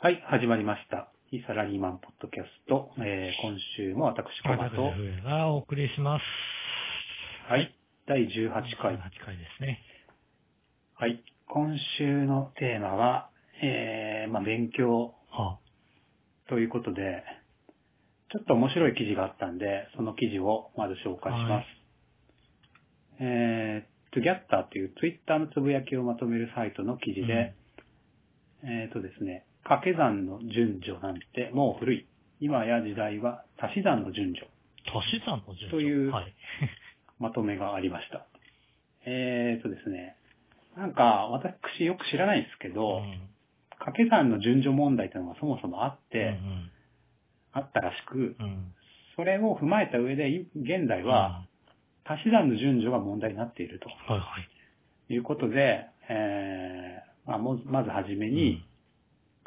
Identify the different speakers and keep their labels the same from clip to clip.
Speaker 1: はい、始まりました。非サラリーマンポッドキャスト。えー、今週も私、コマと。
Speaker 2: がお送りします。
Speaker 1: はい、第18回。
Speaker 2: 18回ですね。
Speaker 1: はい、今週のテーマは、えー、まあ、勉強。ということで、ちょっと面白い記事があったんで、その記事をまず紹介します。はい、えー、トゥギャッターというツイッターのつぶやきをまとめるサイトの記事で、うん、えっ、ー、とですね、掛け算の順序なんてもう古い。今や時代は足し算の順序。
Speaker 2: 足し算の順序
Speaker 1: という、まとめがありました。はい、えっ、ー、とですね、なんか私よく知らないんですけど、うん、掛け算の順序問題というのがそもそもあって、うんうんあったらしく、うん、それを踏まえた上で、現在は、足し算の順序が問題になっていると。。
Speaker 2: はいはい
Speaker 1: いうことで、えー、まあ、まずはじめに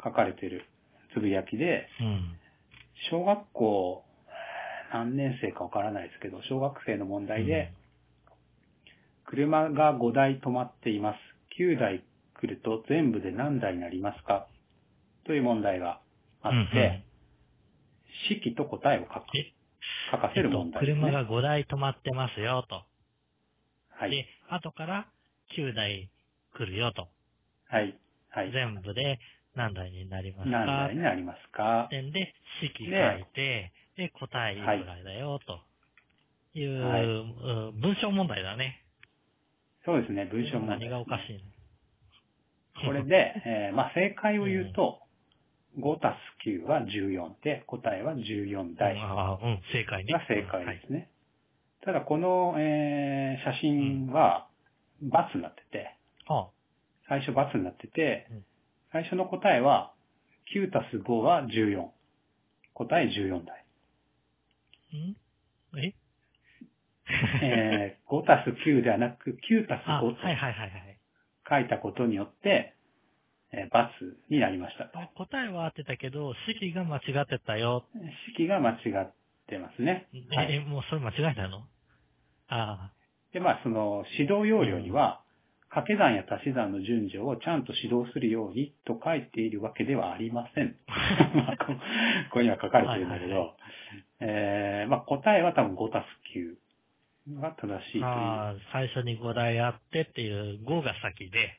Speaker 1: 書かれているつぶやきで、うん、小学校、何年生かわからないですけど、小学生の問題で、車が5台止まっています。9台来ると全部で何台になりますかという問題があって、うんうん式と答えを書く。書かせる問題、
Speaker 2: ね、車が5台止まってますよ、と。
Speaker 1: はい。
Speaker 2: で、後から9台来るよ、と。
Speaker 1: はい。はい。
Speaker 2: 全部で何台になりますか
Speaker 1: 何台になりますか
Speaker 2: 点で式書いて、で、答えいくらいだよ、という、はい、文章問題だね。
Speaker 1: そうですね、文章問題、ね、
Speaker 2: 何がおかしいの
Speaker 1: これで、えー、まあ、正解を言うと、うん5たす9は14で、答えは14台。
Speaker 2: ああ、うん、正解ね。
Speaker 1: が正解ですね。うんはい、ただ、この、えー、写真は、バツになってて、
Speaker 2: うん、
Speaker 1: 最初バツになってて、うん、最初の答えは、9たす5は14。答え14台。
Speaker 2: んえ
Speaker 1: えー、5たす9ではなく、9たす5と書いたことによって、えー、バツになりました。
Speaker 2: 答えは合ってたけど、式が間違ってたよ。
Speaker 1: 式が間違ってますね。
Speaker 2: え、はい、もうそれ間違えたのああ。
Speaker 1: で、まあ、その、指導要領には、掛け算や足し算の順序をちゃんと指導するようにと書いているわけではありませ ん。ここには書かれてるんだけど、はいはいはい、えー、まあ、答えは多分5たす9が正しいという。あ
Speaker 2: あ、最初に5台あってっていう5が先で。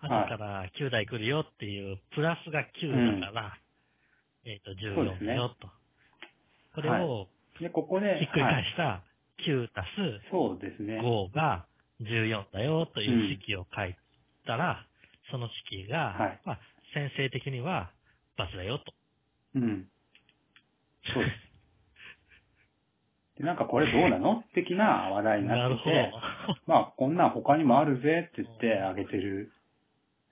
Speaker 2: 後から9台来るよっていう、プラスが9だから、うん、えっ、ー、と、14だよと、ね。これを、
Speaker 1: で、ここで、
Speaker 2: ひっくり返した9たす5が14だよという式を書いたら、その式が、はい、まあ、先生的には、バスだよと。
Speaker 1: うん。そうです。で、なんかこれどうなの的な話題になってて、なるほどまあ、こんなん他にもあるぜって言ってあげてる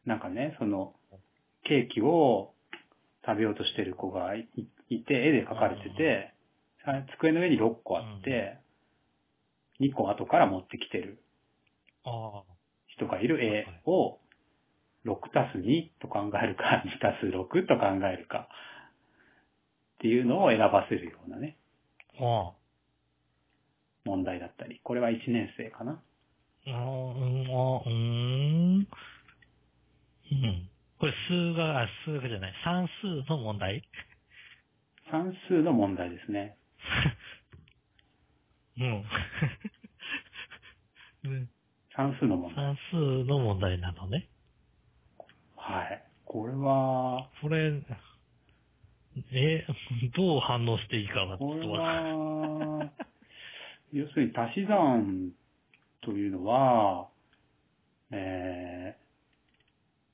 Speaker 1: なんかね、その、ケーキを食べようとしてる子がいて、絵で描かれてて、机の上に6個あって、うん、2個後から持ってきてる 人がいる絵を、6たす2と考えるか、2たす6と考えるか、っていうのを選ばせるようなね、問題だったり、これは1年生かな。
Speaker 2: うん、うん。これ数学、あ、数学じゃない。算数の問題
Speaker 1: 算数の問題ですね。
Speaker 2: も
Speaker 1: うんね。算数の問題。
Speaker 2: 算数の問題なのね。
Speaker 1: はい。これは、
Speaker 2: これ、え、どう反応していいかが
Speaker 1: これは、要するに足し算というのは、え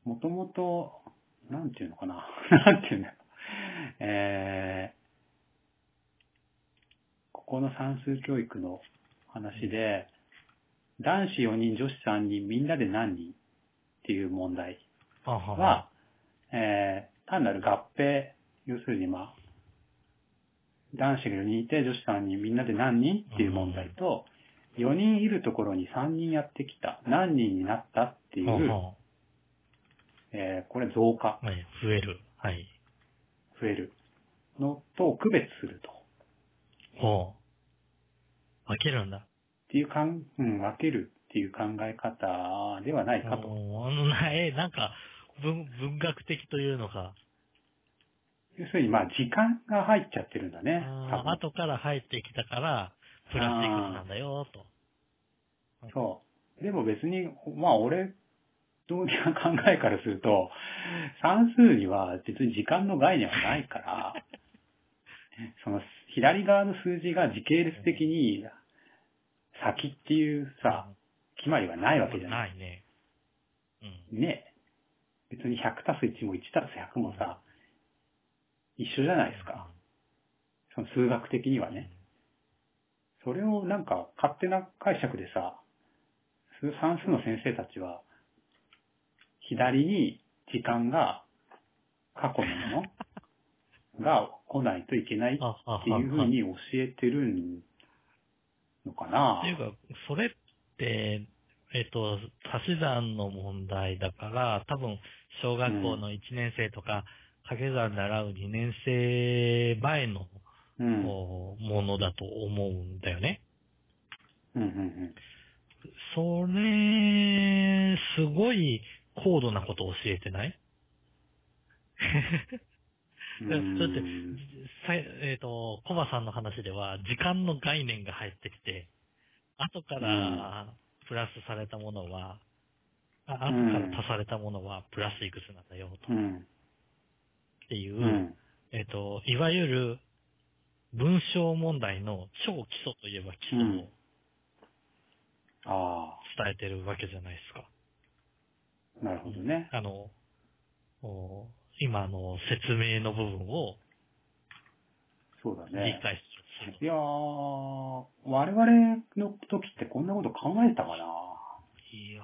Speaker 1: ー、もともと、なんていうのかな。 なんていうんだろう。えー、ここの算数教育の話で、男子4人、女子3人、みんなで何人っていう問題は、ははえー、単なる合併、要するにまあ、男子が4人いて、女子3人、みんなで何人っていう問題と、4人いるところに3人やってきた、何人になったっていう、ははえー、これ増加。
Speaker 2: はい、増える。はい。
Speaker 1: 増える。のと区別すると。
Speaker 2: ほう。分けるんだ。
Speaker 1: っていうかん、うん、分けるっていう考え方ではないかと。
Speaker 2: あの、え、なんか、文、文学的というのか、
Speaker 1: 要するに、まあ、時間が入っちゃってるんだね。
Speaker 2: あー後から入ってきたから、プラスいくつなんだよ、と。
Speaker 1: 多分そう。でも別に、まあ、俺、どういう考えからすると、算数には別に時間の概念はないから、 その左側の数字が時系列的に先っていうさ、決まりはないわけじゃない。
Speaker 2: ないね。うん。
Speaker 1: ねえ。別に100たす1も1たす100もさ、一緒じゃないですか。その数学的にはね。それをなんか勝手な解釈でさ、数算数の先生たちは、左に時間が過去のも のが来ないといけない
Speaker 2: うん。あ、あ、あ。
Speaker 1: っていうふうに教えてるのかな
Speaker 2: っていうか、それって、えっ、と、足し算の問題だから、多分、小学校の1年生とか、掛け算で習う2年生前の、
Speaker 1: うん。うん
Speaker 2: こうものだと思うんだよね。
Speaker 1: うんうん。
Speaker 2: それ、すごい高度なことを教えてないだって
Speaker 1: うん
Speaker 2: さえっ、と、コバさんの話では、時間の概念が入ってきて、後からプラスされたものは、あ後から足されたものはプラスいくつなんだよ、と
Speaker 1: う。ん。
Speaker 2: っていう、
Speaker 1: うん。
Speaker 2: えっ、と、いわゆる文章問題の超基礎といえば基礎を
Speaker 1: うんあ
Speaker 2: 伝えてるわけじゃないですか。
Speaker 1: あ、なるほどね。
Speaker 2: あの、お今の説明の部分を
Speaker 1: そうだ
Speaker 2: 理
Speaker 1: ね。
Speaker 2: 解する。
Speaker 1: いやー、我々の時ってこんなこと考えたかない
Speaker 2: や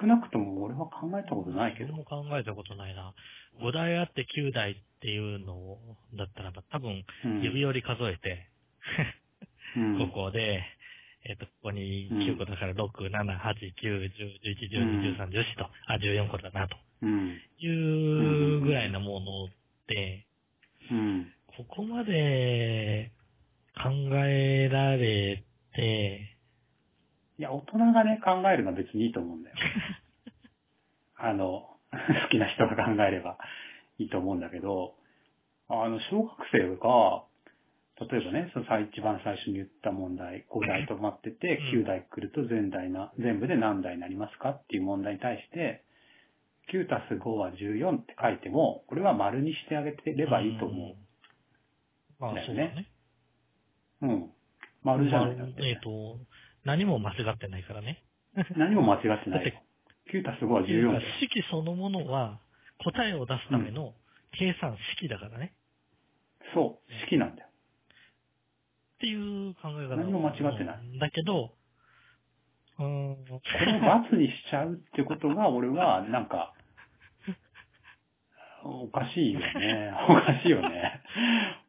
Speaker 1: 少なくとも俺は考えたことないけ
Speaker 2: 僕
Speaker 1: ど。
Speaker 2: も考えたことないな。5台あって9台っていうのをだったらば、多分
Speaker 1: うん
Speaker 2: 指折り数えて、
Speaker 1: うん
Speaker 2: ここで、えっ、と、ここに9個だから6、7、8、9、10、11、12、13、14と、あ、14個だな、と
Speaker 1: うん。
Speaker 2: いうぐらいなもので、
Speaker 1: うん。
Speaker 2: ここまで考えられて、
Speaker 1: いや、大人がね、考えるのは別にいいと思うん だよ。あの、 好きな人が考えればいいと思うんだけど、あの、小学生が、例えばね、その最一番最初に言った問題、5台止まってて、
Speaker 2: うん
Speaker 1: 9台来ると全台な、全部で何台になりますかっていう問題に対して、9たす5は14って書いても、これは丸にしてあげてればいいと思
Speaker 2: うん。まあ、
Speaker 1: だ
Speaker 2: そ
Speaker 1: よ
Speaker 2: うだ
Speaker 1: ね
Speaker 2: ね。
Speaker 1: う。うん。丸じゃない
Speaker 2: ま
Speaker 1: だ
Speaker 2: あ
Speaker 1: って。
Speaker 2: えっ、と、何も間違ってないからね。
Speaker 1: 何も間違ってないよ。9たす5は14だよ。
Speaker 2: 式そのものは答えを出すための計算式だからね。
Speaker 1: そう、式なんだよ。
Speaker 2: っていう考え方。
Speaker 1: 何も間違ってない
Speaker 2: うん。だけど、うーん。こ
Speaker 1: これを罰にしちゃうってことが、俺は、なんか、おかしいよ ね。おかしいよね。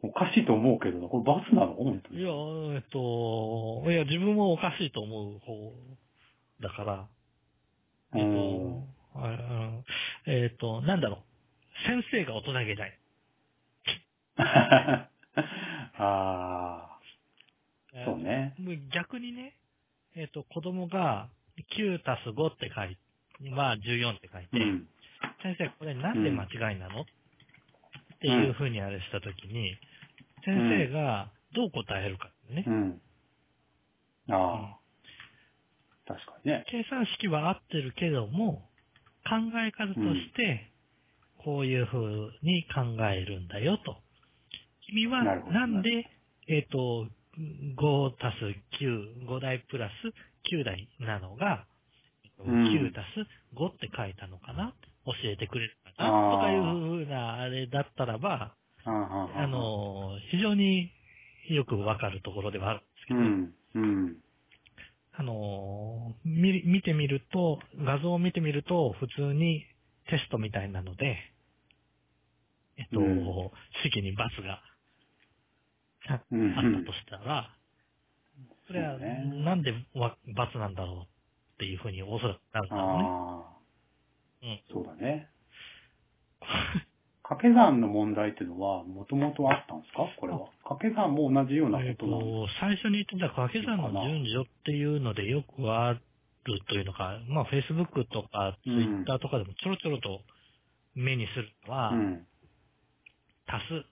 Speaker 1: おかしいと思うけど、これ罰なの本当
Speaker 2: い
Speaker 1: に。
Speaker 2: や、えっと、いや、自分もおかしいと思う方だから、えっ
Speaker 1: うん。
Speaker 2: と、あうんえっと、なんだろう。先生が大人げない。
Speaker 1: あ あー、そうね。
Speaker 2: もう逆にね、えっ、と、子供が9たす5って書いて、まあ14って書いて、
Speaker 1: うん。
Speaker 2: 先生、これなんで間違いなの、っていうふうにあれしたときに、先生がどう答えるかね、
Speaker 1: うん。
Speaker 2: う
Speaker 1: あ
Speaker 2: ん
Speaker 1: あ、確かにね。
Speaker 2: 計算式は合ってるけども、考え方として、こういうふうに考えるんだよと。君は
Speaker 1: なるほど
Speaker 2: なんで、えっ、と、5たす9、5台プラス9台なのが、
Speaker 1: うん
Speaker 2: 9たす5って書いたのかな教えてくれるか
Speaker 1: あー
Speaker 2: なとかいうふうなあれだったらば、
Speaker 1: あ
Speaker 2: あ、の、非常によくわかるところではあるんですけ
Speaker 1: う
Speaker 2: ど、
Speaker 1: ん、うん、
Speaker 2: あのー見、見てみると、画像を見てみると、普通にテストみたいなので、えっと、
Speaker 1: うん
Speaker 2: 式にバツがああっ
Speaker 1: うんうん
Speaker 2: たとしたら、それ
Speaker 1: そ
Speaker 2: は、
Speaker 1: うね
Speaker 2: なんでわバツなんだろうっていうふうにおそらくなるんだろうね。
Speaker 1: あ
Speaker 2: うん
Speaker 1: あ、そうだ ね。掛け算の問題っていうのは、もともとあったんですかこれは。掛け算も同じような
Speaker 2: えっ
Speaker 1: ことなんです
Speaker 2: と、最初に言ってた掛け算の
Speaker 1: かな
Speaker 2: 順序っていうのでよくあるというのか、まあ Facebook とか
Speaker 1: うん
Speaker 2: Twitter とかでもちょろちょろと目にするのは、
Speaker 1: かうん。
Speaker 2: 足す。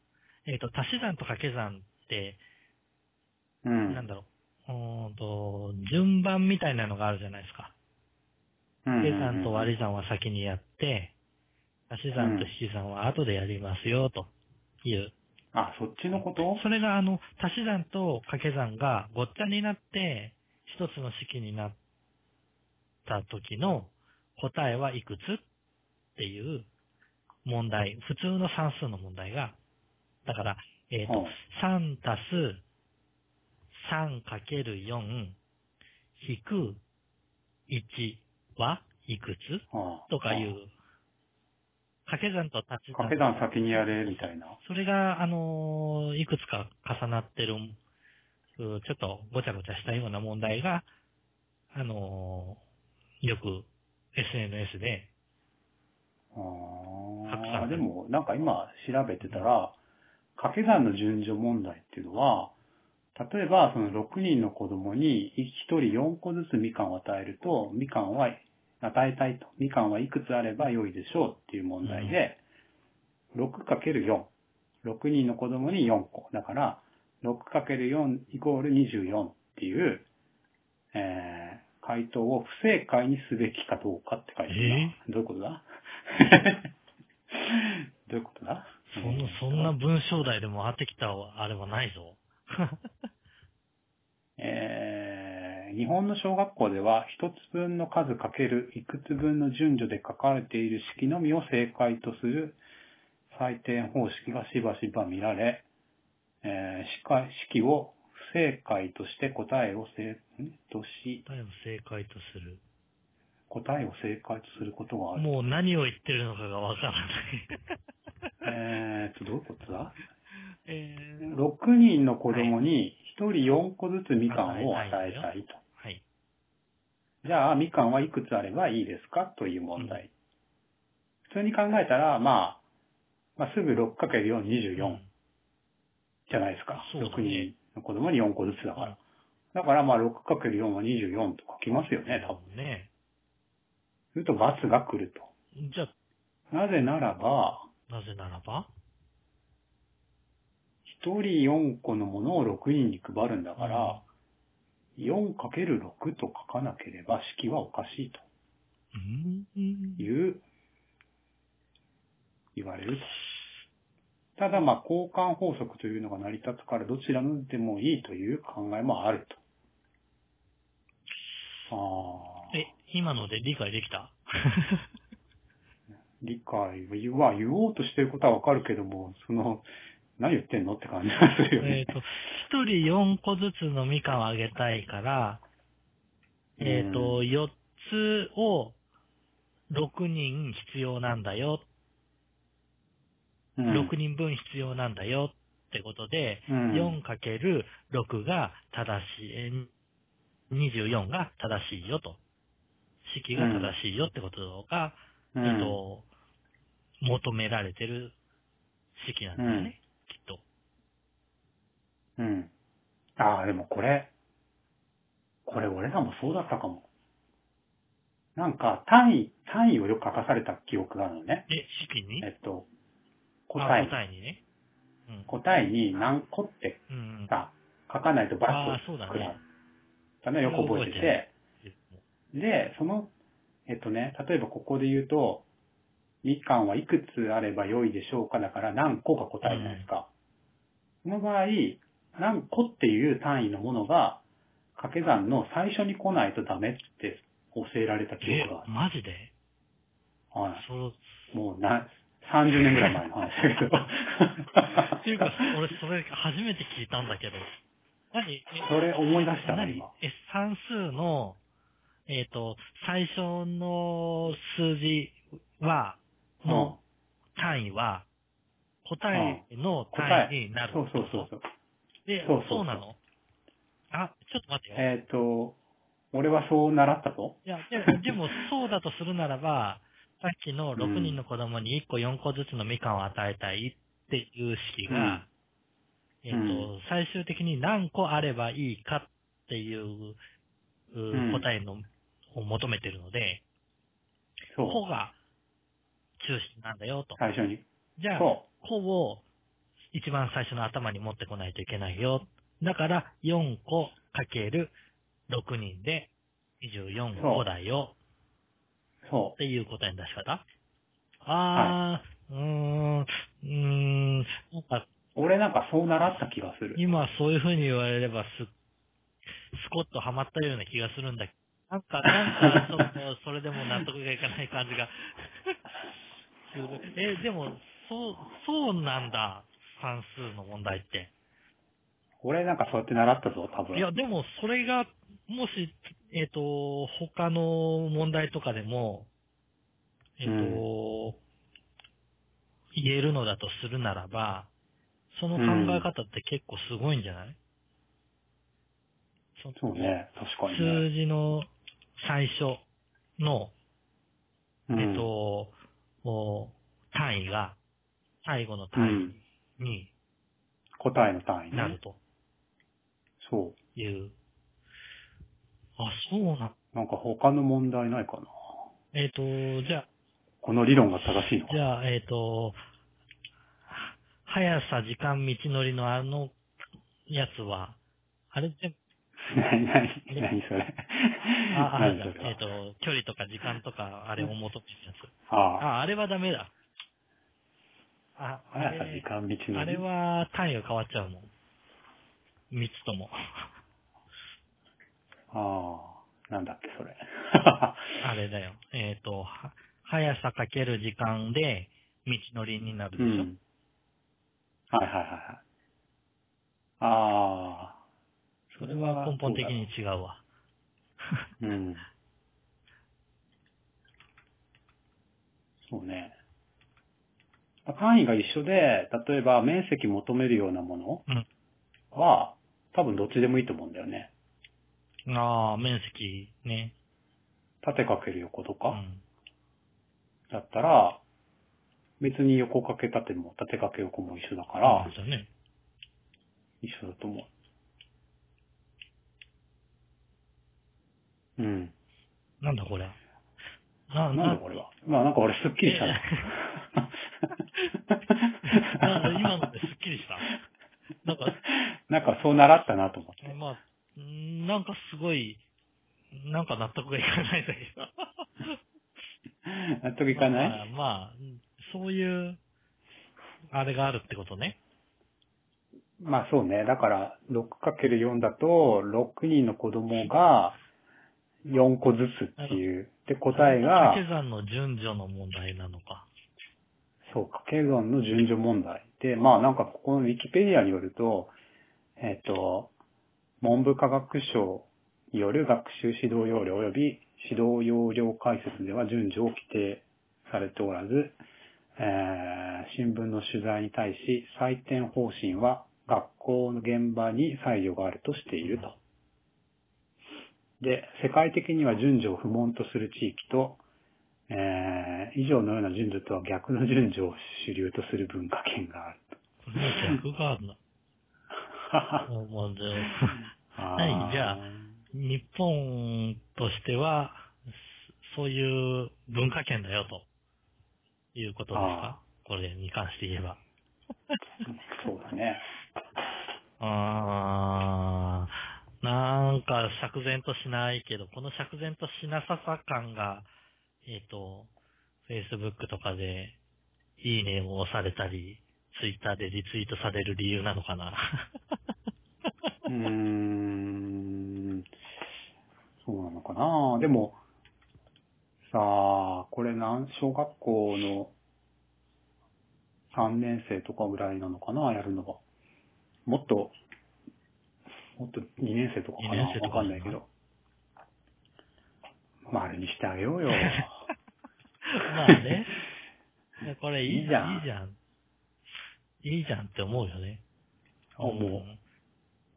Speaker 2: えっ、と、足し算と掛け算って、
Speaker 1: うん。
Speaker 2: なんだろう。うーんと、順番みたいなのがあるじゃないですか。
Speaker 1: うん
Speaker 2: 掛け算と割り算は先にやって、足し算と引き算は後でやりますよ、という。
Speaker 1: あ、そっちのこと
Speaker 2: それが、あの、足し算と掛け算がごっちゃになって、一つの式になった時の答えはいくつっていう問題、普通の算数の問題が、だから、えっ、と、3足す3かける4引く1はいくつ
Speaker 1: あ
Speaker 2: とかい。
Speaker 1: あ
Speaker 2: う、掛け算と足し算
Speaker 1: 掛け算先にやれ、みたいな。
Speaker 2: それが、あのーいくつか重なってる、うんちょっとごちゃごちゃしたような問題が、あのーよく SNS で、白
Speaker 1: ああ、
Speaker 2: 山
Speaker 1: でも、なんか今調べてたら、掛け算の順序問題っていうのは、例えば、その6人の子供に1人4個ずつみかんを与えると、みかんは与えたいと。みかんはいくつあれば良いでしょうっていう問題で、6×4。6人の子供に4個。だから、6×4 イコール24っていう、えー、回答を不正解にすべきかどうかって書いてるな。どういうことだ どういうことだ
Speaker 2: そんな、そんな文章題でも回ってきたあれはないぞ。
Speaker 1: えー日本の小学校では、一つ分の数かけるいくつ分の順序で書かれている式のみを正解とする採点方式がしばしば見られ、えーしか式を不正解として答えを正、んとし、
Speaker 2: 答えを正解とする。
Speaker 1: 答えを正解とすることがある。
Speaker 2: もう何を言ってるのかがわからない。
Speaker 1: えーっと、どういうことだ
Speaker 2: えー
Speaker 1: ?6 人の子供に1人4個ずつみかんを与えたいと。
Speaker 2: はい。
Speaker 1: じゃあ、みかんはいくつあればいいですかという問題。普通に考えたら、まあ、まあ、すぐ 6×4、24じゃないですか。
Speaker 2: そうだね
Speaker 1: 6人の子供に4個ずつだ
Speaker 2: だ
Speaker 1: から。だから、まあ、6×4 は24と書きますよね、多分。
Speaker 2: 分ね。
Speaker 1: すると、罰が来ると。
Speaker 2: じゃ
Speaker 1: な
Speaker 2: あ、
Speaker 1: ぜならば、
Speaker 2: なぜならば
Speaker 1: 1人4個のものを6人に配るんだから、4×6 と書かなければ式はおかしい
Speaker 2: うん。
Speaker 1: という、言われると。ただまあ、交換法則というのが成り立つから、どちらのでもいいという考えもあると。ああ。
Speaker 2: え、今ので理解できた
Speaker 1: 理解は言おうとしてることはわかるけども、その、何言ってんのって感じがするよ
Speaker 2: え
Speaker 1: ね
Speaker 2: っ。と、一人四個ずつのみかんをあげたいから、えっ、
Speaker 1: うん
Speaker 2: と、四つを六人必要なんだよ、
Speaker 1: うん
Speaker 2: 六人分必要なんだよってことで、
Speaker 1: うん
Speaker 2: 四かける六が正しい、えー24が正しいよと。式が正しいよってことが、
Speaker 1: うん
Speaker 2: えっと、求められてる式なんです
Speaker 1: う
Speaker 2: ね、
Speaker 1: ん
Speaker 2: きっと。
Speaker 1: うん。ああ、でもこれ、これ俺らもそうだったかも。なんか、単位、単位をよく書かされた記憶があるのね。
Speaker 2: え、式に
Speaker 1: えっと、
Speaker 2: あ
Speaker 1: 答え。
Speaker 2: 答えにね。うん。
Speaker 1: 答えに何個って
Speaker 2: うんうん。
Speaker 1: さ、書かないと罰
Speaker 2: ああ、そう
Speaker 1: を
Speaker 2: だ
Speaker 1: 食らう
Speaker 2: ね。
Speaker 1: ためをよく覚えて
Speaker 2: それ
Speaker 1: て、で、その、えっとね、例えばここで言うと、みかんはいくつあれば良いでしょうかだから何個が答えじゃないですか。その場合、何個っていう単位のものが、掛け算の最初に来ないとダメって教えられた記
Speaker 2: え
Speaker 1: 憶が、
Speaker 2: マジで
Speaker 1: ある。は
Speaker 2: そう。
Speaker 1: い。もうな、30年ぐらい前の話だけど。
Speaker 2: っ ていうか、俺それ初めて聞いたんだけど。何え
Speaker 1: それ思い出したな、
Speaker 2: 何
Speaker 1: 今。
Speaker 2: え、算数の、えっ、と、最初の数字は、の単位は、答えの単位になる。
Speaker 1: そうそうそうそう。
Speaker 2: で、
Speaker 1: そうそうそう
Speaker 2: そうなのあ、ちょっと待ってよ。
Speaker 1: えっ、と、俺はそう習ったと
Speaker 2: いや、でも、でもそうだとするならば、さっきの6人の子供に1個4個ずつのみかんを与えたいっていう式が、えっ、
Speaker 1: う
Speaker 2: と、最終的に何個あればいいかっていう、う
Speaker 1: うん
Speaker 2: 答えのを求めてるので、
Speaker 1: そう。
Speaker 2: 個が中心なんだよと。
Speaker 1: 最初に。
Speaker 2: じゃあ、
Speaker 1: そ
Speaker 2: 個を一番最初の頭に持ってこないといけないよ。だから、4個かける6人で24個だよ
Speaker 1: そ
Speaker 2: っていう答えの出し方あー、うーん、うーん、なんか
Speaker 1: う。俺なんかそう習った気がする。
Speaker 2: 今そういう風に言われればす、スコッとハマったような気がするんだけど、なんか、なんか、ちょっと、それでも納得がいかない感じが する。え、でも、そう、そうなんだ、算数の問題って。
Speaker 1: 俺なんかそうやって習ったぞ、多分。
Speaker 2: いや、でも、それが、もし、えっ、と、他の問題とかでも、えっ、と、言えるのだとするならば、その考え方って結構すごいんじゃない、そ
Speaker 1: そうね、確かにね。
Speaker 2: 数字の最初の、
Speaker 1: うん
Speaker 2: えっ、と、お単位が、最後の
Speaker 1: う
Speaker 2: 単
Speaker 1: ん。
Speaker 2: 位に
Speaker 1: 答えの単位
Speaker 2: なる
Speaker 1: ね。
Speaker 2: と
Speaker 1: そ
Speaker 2: いう。あ、そうな。
Speaker 1: う。なんか他の問題ないかな。
Speaker 2: えっ、と、じゃあ、
Speaker 1: この理論が正しいのか
Speaker 2: じ。ゃあ、えっ、と、は速さ、時間、道のりのあのやつは、あれ全部、
Speaker 1: 何、何、何それ。
Speaker 2: あ、あれ
Speaker 1: 何
Speaker 2: だ、
Speaker 1: それ
Speaker 2: えっ、
Speaker 1: は。
Speaker 2: と、距離とか時間とか、あれを求めてるやつ。
Speaker 1: あ
Speaker 2: あ、あれはダメだ。あ、
Speaker 1: あ、
Speaker 2: あ
Speaker 1: 速さ、
Speaker 2: れ
Speaker 1: 時間、道のり。
Speaker 2: あれは単位が変わっちゃうもん。三つとも。
Speaker 1: ああ、なんだっけ、それ。
Speaker 2: あれだよ。えっ、と、は速さかける時間で道のりになる
Speaker 1: う
Speaker 2: でしょ。
Speaker 1: ん。はいはいはいはい。ああ、
Speaker 2: それは根本的に違うわ。
Speaker 1: うん。そうね。単位が一緒で、例えば面積求めるようなもの
Speaker 2: うん
Speaker 1: は、多分どっちでもいいと思うんだよね。
Speaker 2: ああ、面積ね。
Speaker 1: 縦かける横と
Speaker 2: う
Speaker 1: か、
Speaker 2: ん。
Speaker 1: だったら、別に横かけ縦も縦かけ横も一緒だから、
Speaker 2: そうだね。
Speaker 1: 一緒だと思う。うん。
Speaker 2: なんだこれ。な、
Speaker 1: なん
Speaker 2: な
Speaker 1: だ、これは。まあなんか俺すっきりしたな。
Speaker 2: なんだ今のでスッキリした。なんか、
Speaker 1: なんかそう習ったなと思って。
Speaker 2: まあ、んーなんかすごい、なんか納得がいかないんだけど。
Speaker 1: 納得いかない
Speaker 2: まあ、まあ、そういう、あれがあるってことね。
Speaker 1: まあそうね。だから 6×4 だと6人の子供が4個ずつっていう。で、答えが
Speaker 2: 掛、け算の順序の問題なのか。
Speaker 1: そう、掛け算の順序問題。で、まあなんかここのウィキペディアによると、えっ、と、文部科学省による学習指導要領及び指導要領解説では順序を規定されておらず、えー新聞の取材に対し採点方針は学校の現場に採慮があるとしていると。で、世界的には順序を不問とする地域と、えー以上のような順序とは逆の順序を主流とする文化圏があ ると。
Speaker 2: 逆があるの。もうもうでもはいじゃあ日本としては、そそういう文化圏だよ、ということですか
Speaker 1: あ
Speaker 2: これに関して言えば。
Speaker 1: そうだ ね。
Speaker 2: あー、なんか釈然としないけど、この釈然としなささ感が、えっ、と、Facebook とかで、いいねを押されたり、Twitter でリツイートされる理由なのかな。
Speaker 1: うーん。そうなのかなでも、さあ、これなん、小学校の3年生とかぐらいなのかなやるのが。もっと、もっと2年生とかか
Speaker 2: 二
Speaker 1: な
Speaker 2: 年生と
Speaker 1: わ
Speaker 2: か
Speaker 1: かんないけど。丸にしてあげよ うよ。
Speaker 2: まあ ね。いやこれいい
Speaker 1: いい
Speaker 2: じ
Speaker 1: じ
Speaker 2: ゃ
Speaker 1: ゃ
Speaker 2: ん。
Speaker 1: ん
Speaker 2: いいじゃん。いいじゃんって思うよね。
Speaker 1: あも
Speaker 2: ん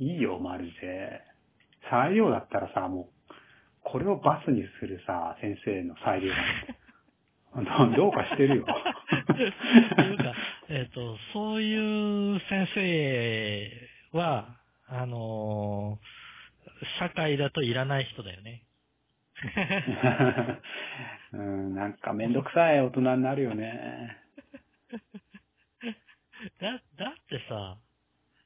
Speaker 1: いいよ、マルジェ。裁量だったらさ、もう、これをバスにするさ、先生の裁量なん てどうかしてるよ。
Speaker 2: っていうか、えっ、と、そういう先生は、あのー社会だといらない人だよね。
Speaker 1: うん、なんかめんどくさい大人になるよね。
Speaker 2: だ、だっってさ、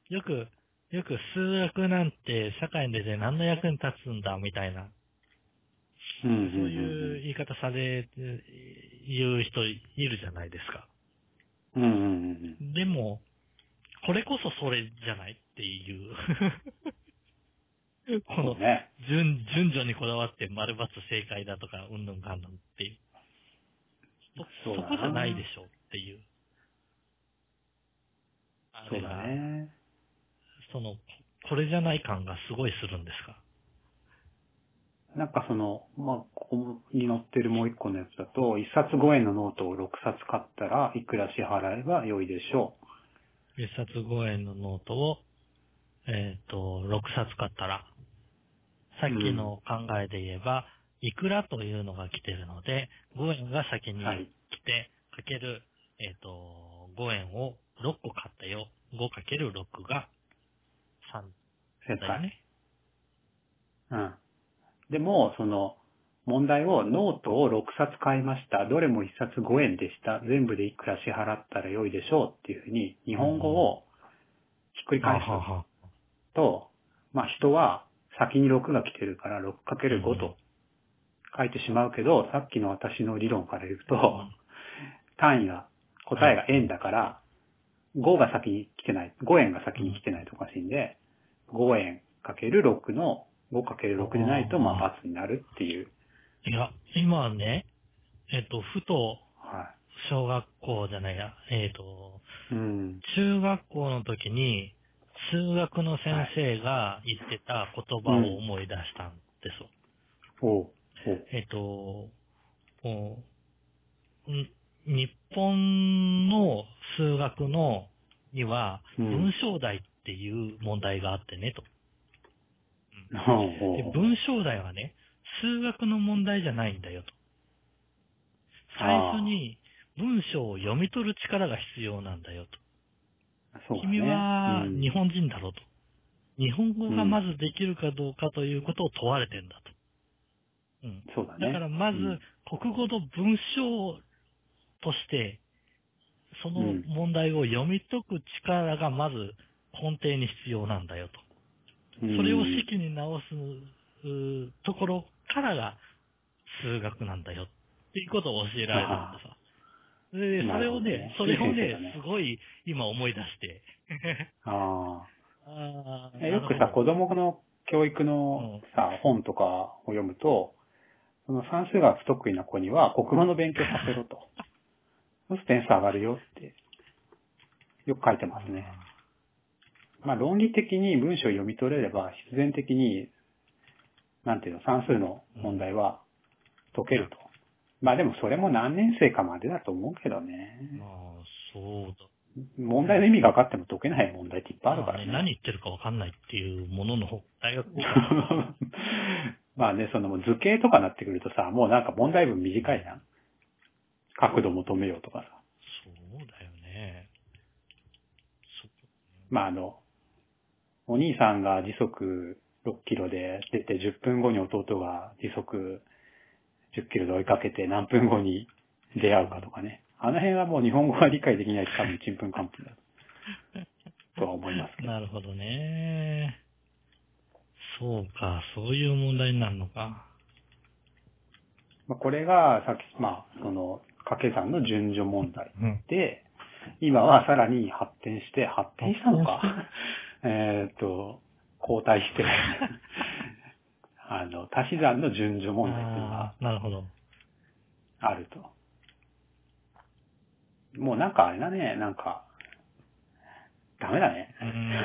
Speaker 2: よく、よく数学なんて社会に出て何の役に立つんだみたいな、
Speaker 1: うん
Speaker 2: そういう言い方されて、言う人いるじゃないですか。
Speaker 1: うんうんうん
Speaker 2: でも、これこそそれじゃないっていう。こ
Speaker 1: そ
Speaker 2: の
Speaker 1: うね。
Speaker 2: 順、順序にこだわって丸×正解だとか、うんぬんかんぬんっていう。
Speaker 1: そ
Speaker 2: そ、
Speaker 1: う
Speaker 2: そ
Speaker 1: だな
Speaker 2: こじゃないでしょっていう。あ
Speaker 1: そう
Speaker 2: れ
Speaker 1: だ
Speaker 2: が、
Speaker 1: ね。
Speaker 2: その、これじゃない感がすごいするんですか。
Speaker 1: なんかその、まあ、ここに載ってるもう一個のやつだと、一冊5円のノートを6冊買ったらいくら支払えば良いでしょ
Speaker 2: 一冊5円のノートを、えっ、と、6冊買ったら、さっきの考えで言えば、いくらというのが来てるので、5円が先
Speaker 1: う。
Speaker 2: に
Speaker 1: はい。
Speaker 2: 来て、かける、えっ、と、5円を6個買ったよ。5かける6が3
Speaker 1: 正
Speaker 2: だよ
Speaker 1: 解。
Speaker 2: ね。
Speaker 1: うん。でも、その、問題を、ノートを6冊買いました。どれも1冊5円でした。全部でいくら支払ったら良いでしょうっていうふうに、日本語をひっくり返す
Speaker 2: あはは
Speaker 1: と、まあ人は先に6が来てるから 6×5
Speaker 2: うん
Speaker 1: と書いてしまうけど、さっきの私の理論から言うと、
Speaker 2: うん
Speaker 1: 単位が、答えが円だから、5が先に来てない、5円が先に来てないとおかしいんで、5円かける6の、5×6 でないと、
Speaker 2: うん
Speaker 1: まあ、×になるっていう。
Speaker 2: いや、今ね、えっ、と、ふと、
Speaker 1: は
Speaker 2: 小学校じゃないや、えっ、と、
Speaker 1: い。うん。
Speaker 2: 中学校の時に、数学の先生が言ってた言葉を思い出したんですよ。
Speaker 1: おう。おう。
Speaker 2: えっ、と、こうん日本の数学のには、
Speaker 1: うん
Speaker 2: 文章題っていう問題があってね、と。
Speaker 1: おう
Speaker 2: で
Speaker 1: おう
Speaker 2: 文章題はね、数学の問題じゃないんだよと。最初に文章を読み取る力が必要なんだよと。
Speaker 1: そうだね。
Speaker 2: 君は日本人だろうと。日本語が
Speaker 1: うん
Speaker 2: まずできるかどうかということを問われてんだと。うん。
Speaker 1: うんそうだね。
Speaker 2: だからまず
Speaker 1: うん、
Speaker 2: 国語の文章として、その
Speaker 1: うん
Speaker 2: 問題を読み解く力がまず根底に必要なんだよと。それを式に直すうーところからが数学なんだよっていうことを教えられたんださ。で、そ
Speaker 1: な
Speaker 2: れ
Speaker 1: るほ
Speaker 2: を
Speaker 1: ど
Speaker 2: ね
Speaker 1: ね、
Speaker 2: それを
Speaker 1: いい先生だ
Speaker 2: ね
Speaker 1: ね、
Speaker 2: すごい今思い出して。
Speaker 1: ああ。
Speaker 2: あー
Speaker 1: えよくさ、子供の教育のさ、本とかを読むと、その算数が不得意な子には国語の勉強させろ と。そうすると点数上がるよって、よく書いてますね。。まあ論理的に文章を読み取れれば、必然的に、なんていうの、算数の問題は解けると。まあでもそれも何年生かまでだと思うけど
Speaker 2: なる
Speaker 1: ね。
Speaker 2: ほどまあ、そうだ。
Speaker 1: 問題の意味が分かっても解けない問題っていっぱいあるからね。
Speaker 2: まあね何言ってるかわかんないっていうものの方、大学校
Speaker 1: まあね、そのもう図形とかなってくるとさ、もうなんか問題文短いじゃん。角度求めようとかさ。
Speaker 2: そうだよね。そ
Speaker 1: まああの、お兄さんが時速6キロで出て10分後に弟が時速10キロで追いかけて何分後に出会うかとかね。あの辺はもう日本語が理解できないと多分ちんぷんかんぷんだとは思いますけ ど。
Speaker 2: なるほどね。そうか、そういう問題になるのか。
Speaker 1: まあ、これがさっき、まあその掛け算の順序問題
Speaker 2: うん。
Speaker 1: で、今はさらに発展して、発展したのか。 えーっと、交代して、 あの、足し算の順序問題っていうのが
Speaker 2: あーなる ほど。
Speaker 1: あると。もうなんかあれだね、なんか、ダメだね。
Speaker 2: うん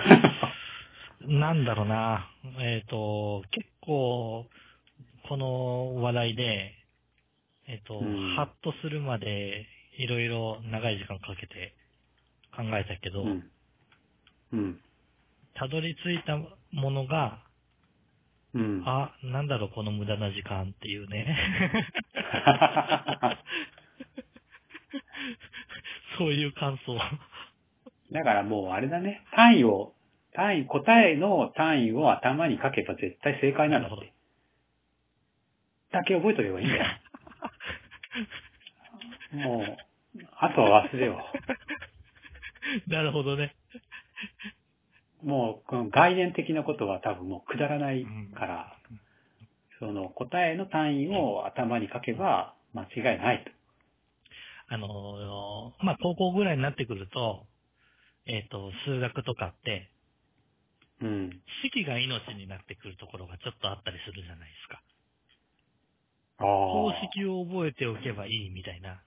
Speaker 2: なんだろうな。えっ、と、結構、この話題で、えっ、と、
Speaker 1: うん
Speaker 2: ハッとするまで、いろいろ長い時間かけて考えたけ
Speaker 1: う
Speaker 2: ど、
Speaker 1: ん。うん。
Speaker 2: たどり着いたものが、
Speaker 1: うん。
Speaker 2: あ、なんだろう、この無駄な時間ってい うね。そういう感想。
Speaker 1: だからもうあれだね、単位を、単位、答えの単位を頭に書けば絶対正解なんだ
Speaker 2: な
Speaker 1: っ
Speaker 2: る
Speaker 1: て。だけ覚えとけばいいん だよ。もう、あとは忘れよう。
Speaker 2: なるほどね。
Speaker 1: もう、この概念的なことは多分もうくだらないから、その答えの単位を頭に書けば間違いない
Speaker 2: あのーまあ、高校ぐらいになってくると、えっ、と、数学とかって、
Speaker 1: と。うん。
Speaker 2: 式が命になってくるところがちょっとあったりするじゃないですか。
Speaker 1: ああ。
Speaker 2: 公式を覚えておけばいいみたいな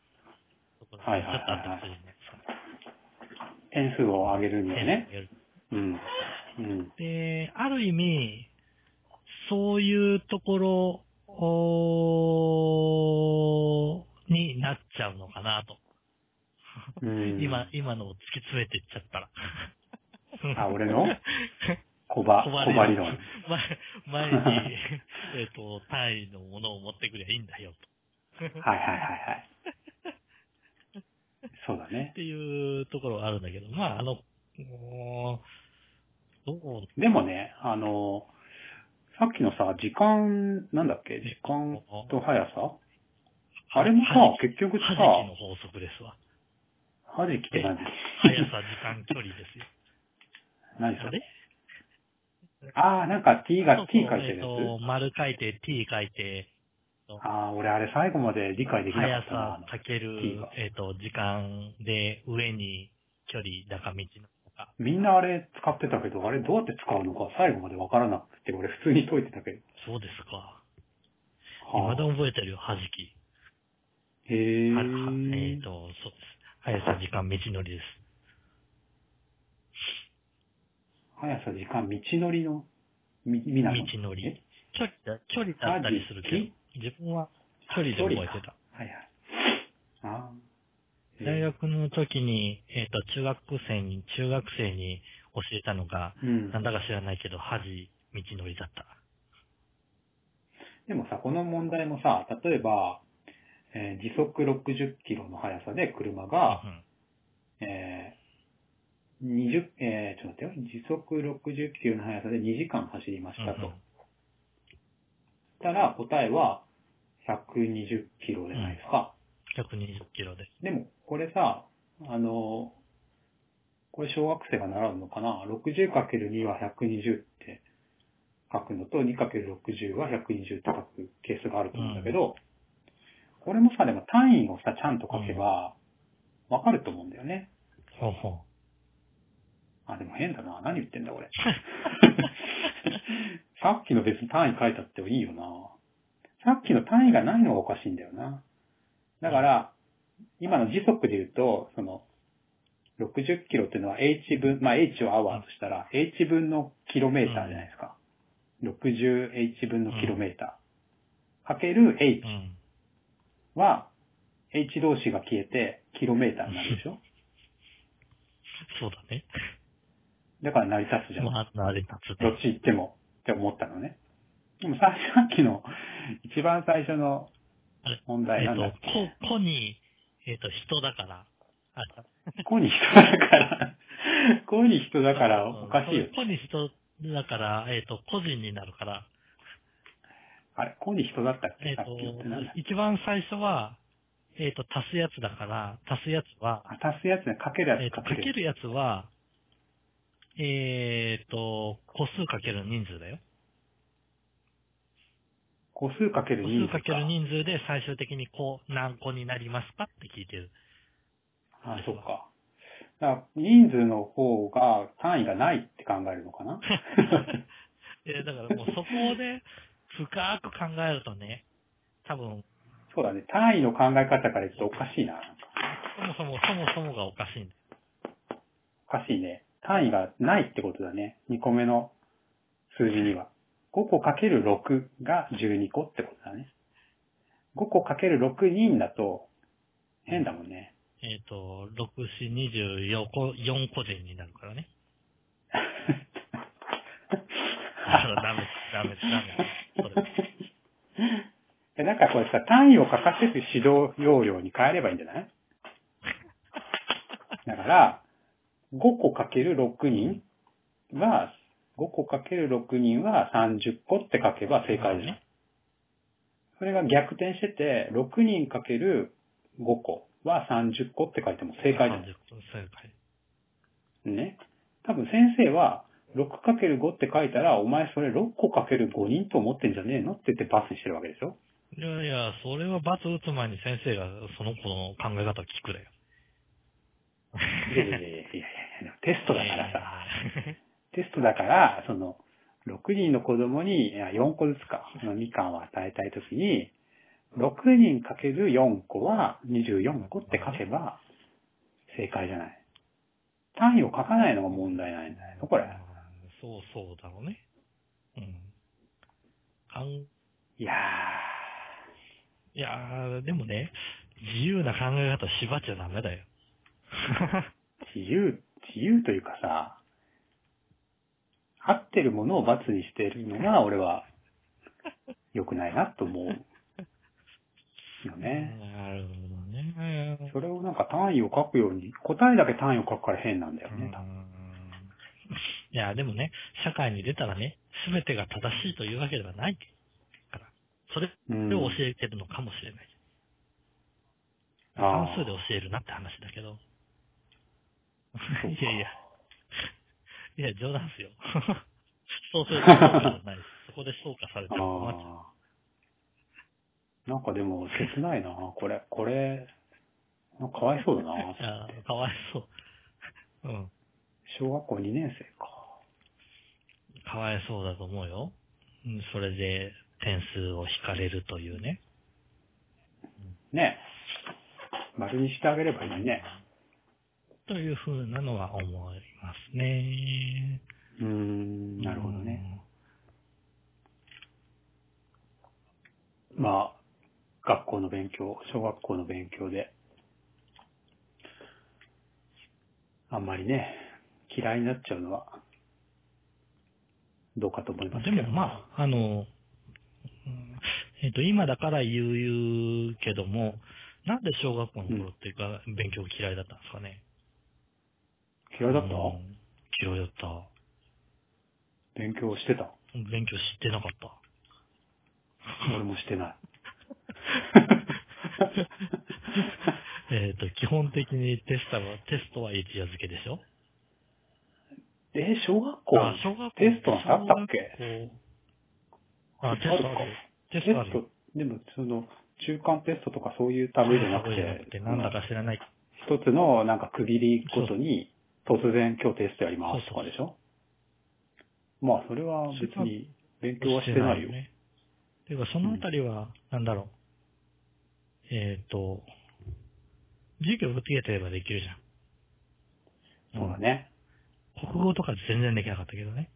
Speaker 2: ところがちょっとあったりするじゃないですか。
Speaker 1: 点数を上げるにはね。
Speaker 2: やる
Speaker 1: うん。うん。
Speaker 2: で、ある意味、そういうところおーになっちゃうのかなと。
Speaker 1: うん、
Speaker 2: 今、今のを突き詰めていっちゃったら。
Speaker 1: あ、俺の小 ば、小ば 理論。。
Speaker 2: 前前に、えっと、単位のものを持ってくりゃいいんだよ、と。
Speaker 1: はいはいはいはい。そうだね
Speaker 2: っ。ていうところはあるんだけど、まあ、あの、おーどう
Speaker 1: でもね、あの、さっきのさ、時間、なんだっけ時間と速さあれもさ
Speaker 2: はじ、
Speaker 1: 結局さ
Speaker 2: はじきの法則ですわ。
Speaker 1: はじきって何
Speaker 2: 速さ、時間、距離ですよ。
Speaker 1: 何
Speaker 2: あ
Speaker 1: そ
Speaker 2: れ
Speaker 1: れああ、なんか t が、t 書いてるや
Speaker 2: えっ
Speaker 1: つ
Speaker 2: と、丸書いて、t 書いて、
Speaker 1: ああ、俺あれ最後まで理解できな
Speaker 2: 速
Speaker 1: かったな
Speaker 2: さ。かけ
Speaker 1: いい
Speaker 2: る
Speaker 1: わ、
Speaker 2: えっと、時間で上に距離、高道のか。
Speaker 1: みんなあれ使ってたけど、あれどうやって使うのか最後までわからなくて、俺普通に解いてたけど。
Speaker 2: そうですか。
Speaker 1: は
Speaker 2: 今
Speaker 1: あ
Speaker 2: でも覚えてるよ、はじき。
Speaker 1: へ
Speaker 2: ははえ
Speaker 1: え
Speaker 2: っ、。と、そうです。速さ、時間、道のりです。
Speaker 1: 速さ、時間、道のりの、み、みなの。
Speaker 2: 道のり
Speaker 1: え。
Speaker 2: 距離だ、距離だったりするけど、自分は距離で覚えてた。
Speaker 1: はいはい。ああ。
Speaker 2: 大学の時に、えっ、と、中学生に、中学生に教えたのが、
Speaker 1: うん
Speaker 2: なんだか知らないけど、恥、道のりだった。
Speaker 1: でもさ、この問題もさ、例えば、えー時速60キロの速さで車が、
Speaker 2: うん
Speaker 1: えー、20、えー、ちょっと待ってよ。時速60キロの速さで2時間走りましたと。
Speaker 2: うんうん
Speaker 1: したら、答えは120キロじゃないですか。
Speaker 2: 120キロで。
Speaker 1: でも、これさ、あの、これ小学生が習うのかな ?60×2 は120って書くのと、2×60 は120って書くケースがあると思うんだけど、これもさ、でも単位をさ、ちゃんと書けば、わかると思うんだよね。
Speaker 2: ほうほう。
Speaker 1: あ、でも変だな。何言ってんだ、俺。さっきの別に単位書いたっていいよな。さっきの単位がないのがおかしいんだよな。だから、今の時速で言うと、その、60キロっていうのは h 分、まあ h をアワーとしたら、h 分のキロメーターじゃないですか。60h 分のキロメーター。かける h
Speaker 2: うん。
Speaker 1: は、h 同士が消えて、キロメーターになるでしょ
Speaker 2: そうだね。
Speaker 1: だから成り立つじゃん。
Speaker 2: まあ、慣れたつ
Speaker 1: どっち行ってもって思ったのね。でもさ、さっきの、一番最初の問題
Speaker 2: えっ、
Speaker 1: なんだっ
Speaker 2: と、こ、こに、えっ、と、人だから。あ
Speaker 1: け。ここに人だから、ここに人だからおかしいよ
Speaker 2: うん。こに人だから、えっ、と、個人になるから、
Speaker 1: あれ、ここに人だったっ
Speaker 2: え
Speaker 1: け
Speaker 2: っ、
Speaker 1: さっ
Speaker 2: と
Speaker 1: きのってなんだ、
Speaker 2: 一番最初は、えっ、と、足すやつだから、足すやつは、
Speaker 1: あ、足すやつね、かける
Speaker 2: え
Speaker 1: や
Speaker 2: っ、
Speaker 1: つ
Speaker 2: と、
Speaker 1: か
Speaker 2: か
Speaker 1: け
Speaker 2: け
Speaker 1: る。
Speaker 2: るやつは、えっ、と、個数かける人数だよ。
Speaker 1: 個数かけ
Speaker 2: 個
Speaker 1: る人
Speaker 2: 数
Speaker 1: 数
Speaker 2: かける人数で最終的にこう、何個になりますかって聞いてる。
Speaker 1: あ、そっか。だから人数の方が単位がないって考えるのか な
Speaker 2: えーだからもうそこをね、深く考えるとね、多分、
Speaker 1: そうだね。単位の考え方から言うとおかしいな。なんか
Speaker 2: そもそも、そもそもがおかしいんだ
Speaker 1: おかしいね。単位がないってことだね。2個目の数字には。5個かける6が12個ってことだね。5個かける6人だと、変だもんね。
Speaker 2: よ。えっ、と、6、4、24個、4個人になるからね。だからダメ、ダメ、ダメ。それ。
Speaker 1: えなんかこれさ、単位を書かせる指導要領に変えればいいんじゃないだから、5個かける6人は、5個かける6人は30個って書けば正解じゃないそれが逆転してて、6人かける5個は30個って書いても正解じゃない
Speaker 2: 30個正解。
Speaker 1: ね。多分先生は、 6×5 って書いたら、お前それ6個 ×5 人と思ってんじゃねえのって言ってパスにしてるわけでしょ
Speaker 2: いやいや、それは罰打つ前に先生がその子の考え方を聞くだよ。
Speaker 1: いやいやいやいやいや、テストだからさ。 テストだから、その、6人の子供に、いや4個ずつか、そのみかんを与えたいときに、6人かける4個は24個って書けば正解じゃない。単位を書かないのが問題ないんじゃないのこれ。
Speaker 2: そうそうだろうね。うん。かん、
Speaker 1: いや
Speaker 2: いやー、でもね、自由な考え方縛っちゃダメだよ。
Speaker 1: ー、自由、自由というかさ、合ってるものを罰にしてるのが俺は良くないなと思う。よね。
Speaker 2: なるほどね。
Speaker 1: それをなんか単位を書くように、答えだけ単位を書くから変なんだよ
Speaker 2: う
Speaker 1: ね。多分
Speaker 2: んいや、でもね、社会に出たらね、すべてが正しいというわけではないから、それを教えてるのかもしれない。
Speaker 1: ああ
Speaker 2: 算数で教えるなって話だけど。
Speaker 1: そう
Speaker 2: い
Speaker 1: か
Speaker 2: やいや。いや、冗談っ すよ。そうするとそうじゃないです。そこで消化されても困っちゃう。
Speaker 1: ああ。なんかでも、切ないな。これ、これ、なんかかわいそうだな。
Speaker 2: いやー、かわいそう。うん。
Speaker 1: 小学校2年生か。
Speaker 2: かわいそうだと思うよ。うん、それで点数を引かれるというね。
Speaker 1: ねえ。丸にしてあげればいいのにね。
Speaker 2: というふうなのは思いますね。
Speaker 1: うーん、なるほどね。まあ、学校の勉強、小学校の勉強で、あんまりね、嫌いになっちゃうのは、どうかと思い
Speaker 2: うん。
Speaker 1: ますけ
Speaker 2: で
Speaker 1: ど。
Speaker 2: もまあ、あの、うんえっ、と、今だから言う言うけども、なんで小学校の頃っていうか、勉強嫌いだったんですかね。
Speaker 1: 嫌いだった
Speaker 2: うん嫌いだった。
Speaker 1: 勉強してた
Speaker 2: 勉強してなかった。
Speaker 1: 俺もして ない。
Speaker 2: えっ、と、基本的にテストは、テストは一夜漬けでしょ
Speaker 1: え、小学校
Speaker 2: あ小学校
Speaker 1: テストなんてあったっけ
Speaker 2: 小学校あ、テストあるよ。
Speaker 1: テ
Speaker 2: テストある
Speaker 1: ス
Speaker 2: よ。
Speaker 1: ト、でもその、中間テストとかそういう類じゃなく
Speaker 2: そうじゃな
Speaker 1: て
Speaker 2: く、て、なんだか知らない。
Speaker 1: 一つのなんか区切りごとに、突然今日テストやりますとかでしょまあ、それは別に勉強はしてないよ。
Speaker 2: ね。ていうか、そのあたりは、なんだろう。えっ、と、授業を受けてればできるじゃん。
Speaker 1: そうだね。
Speaker 2: うん。国語とか全然できなかったけどね。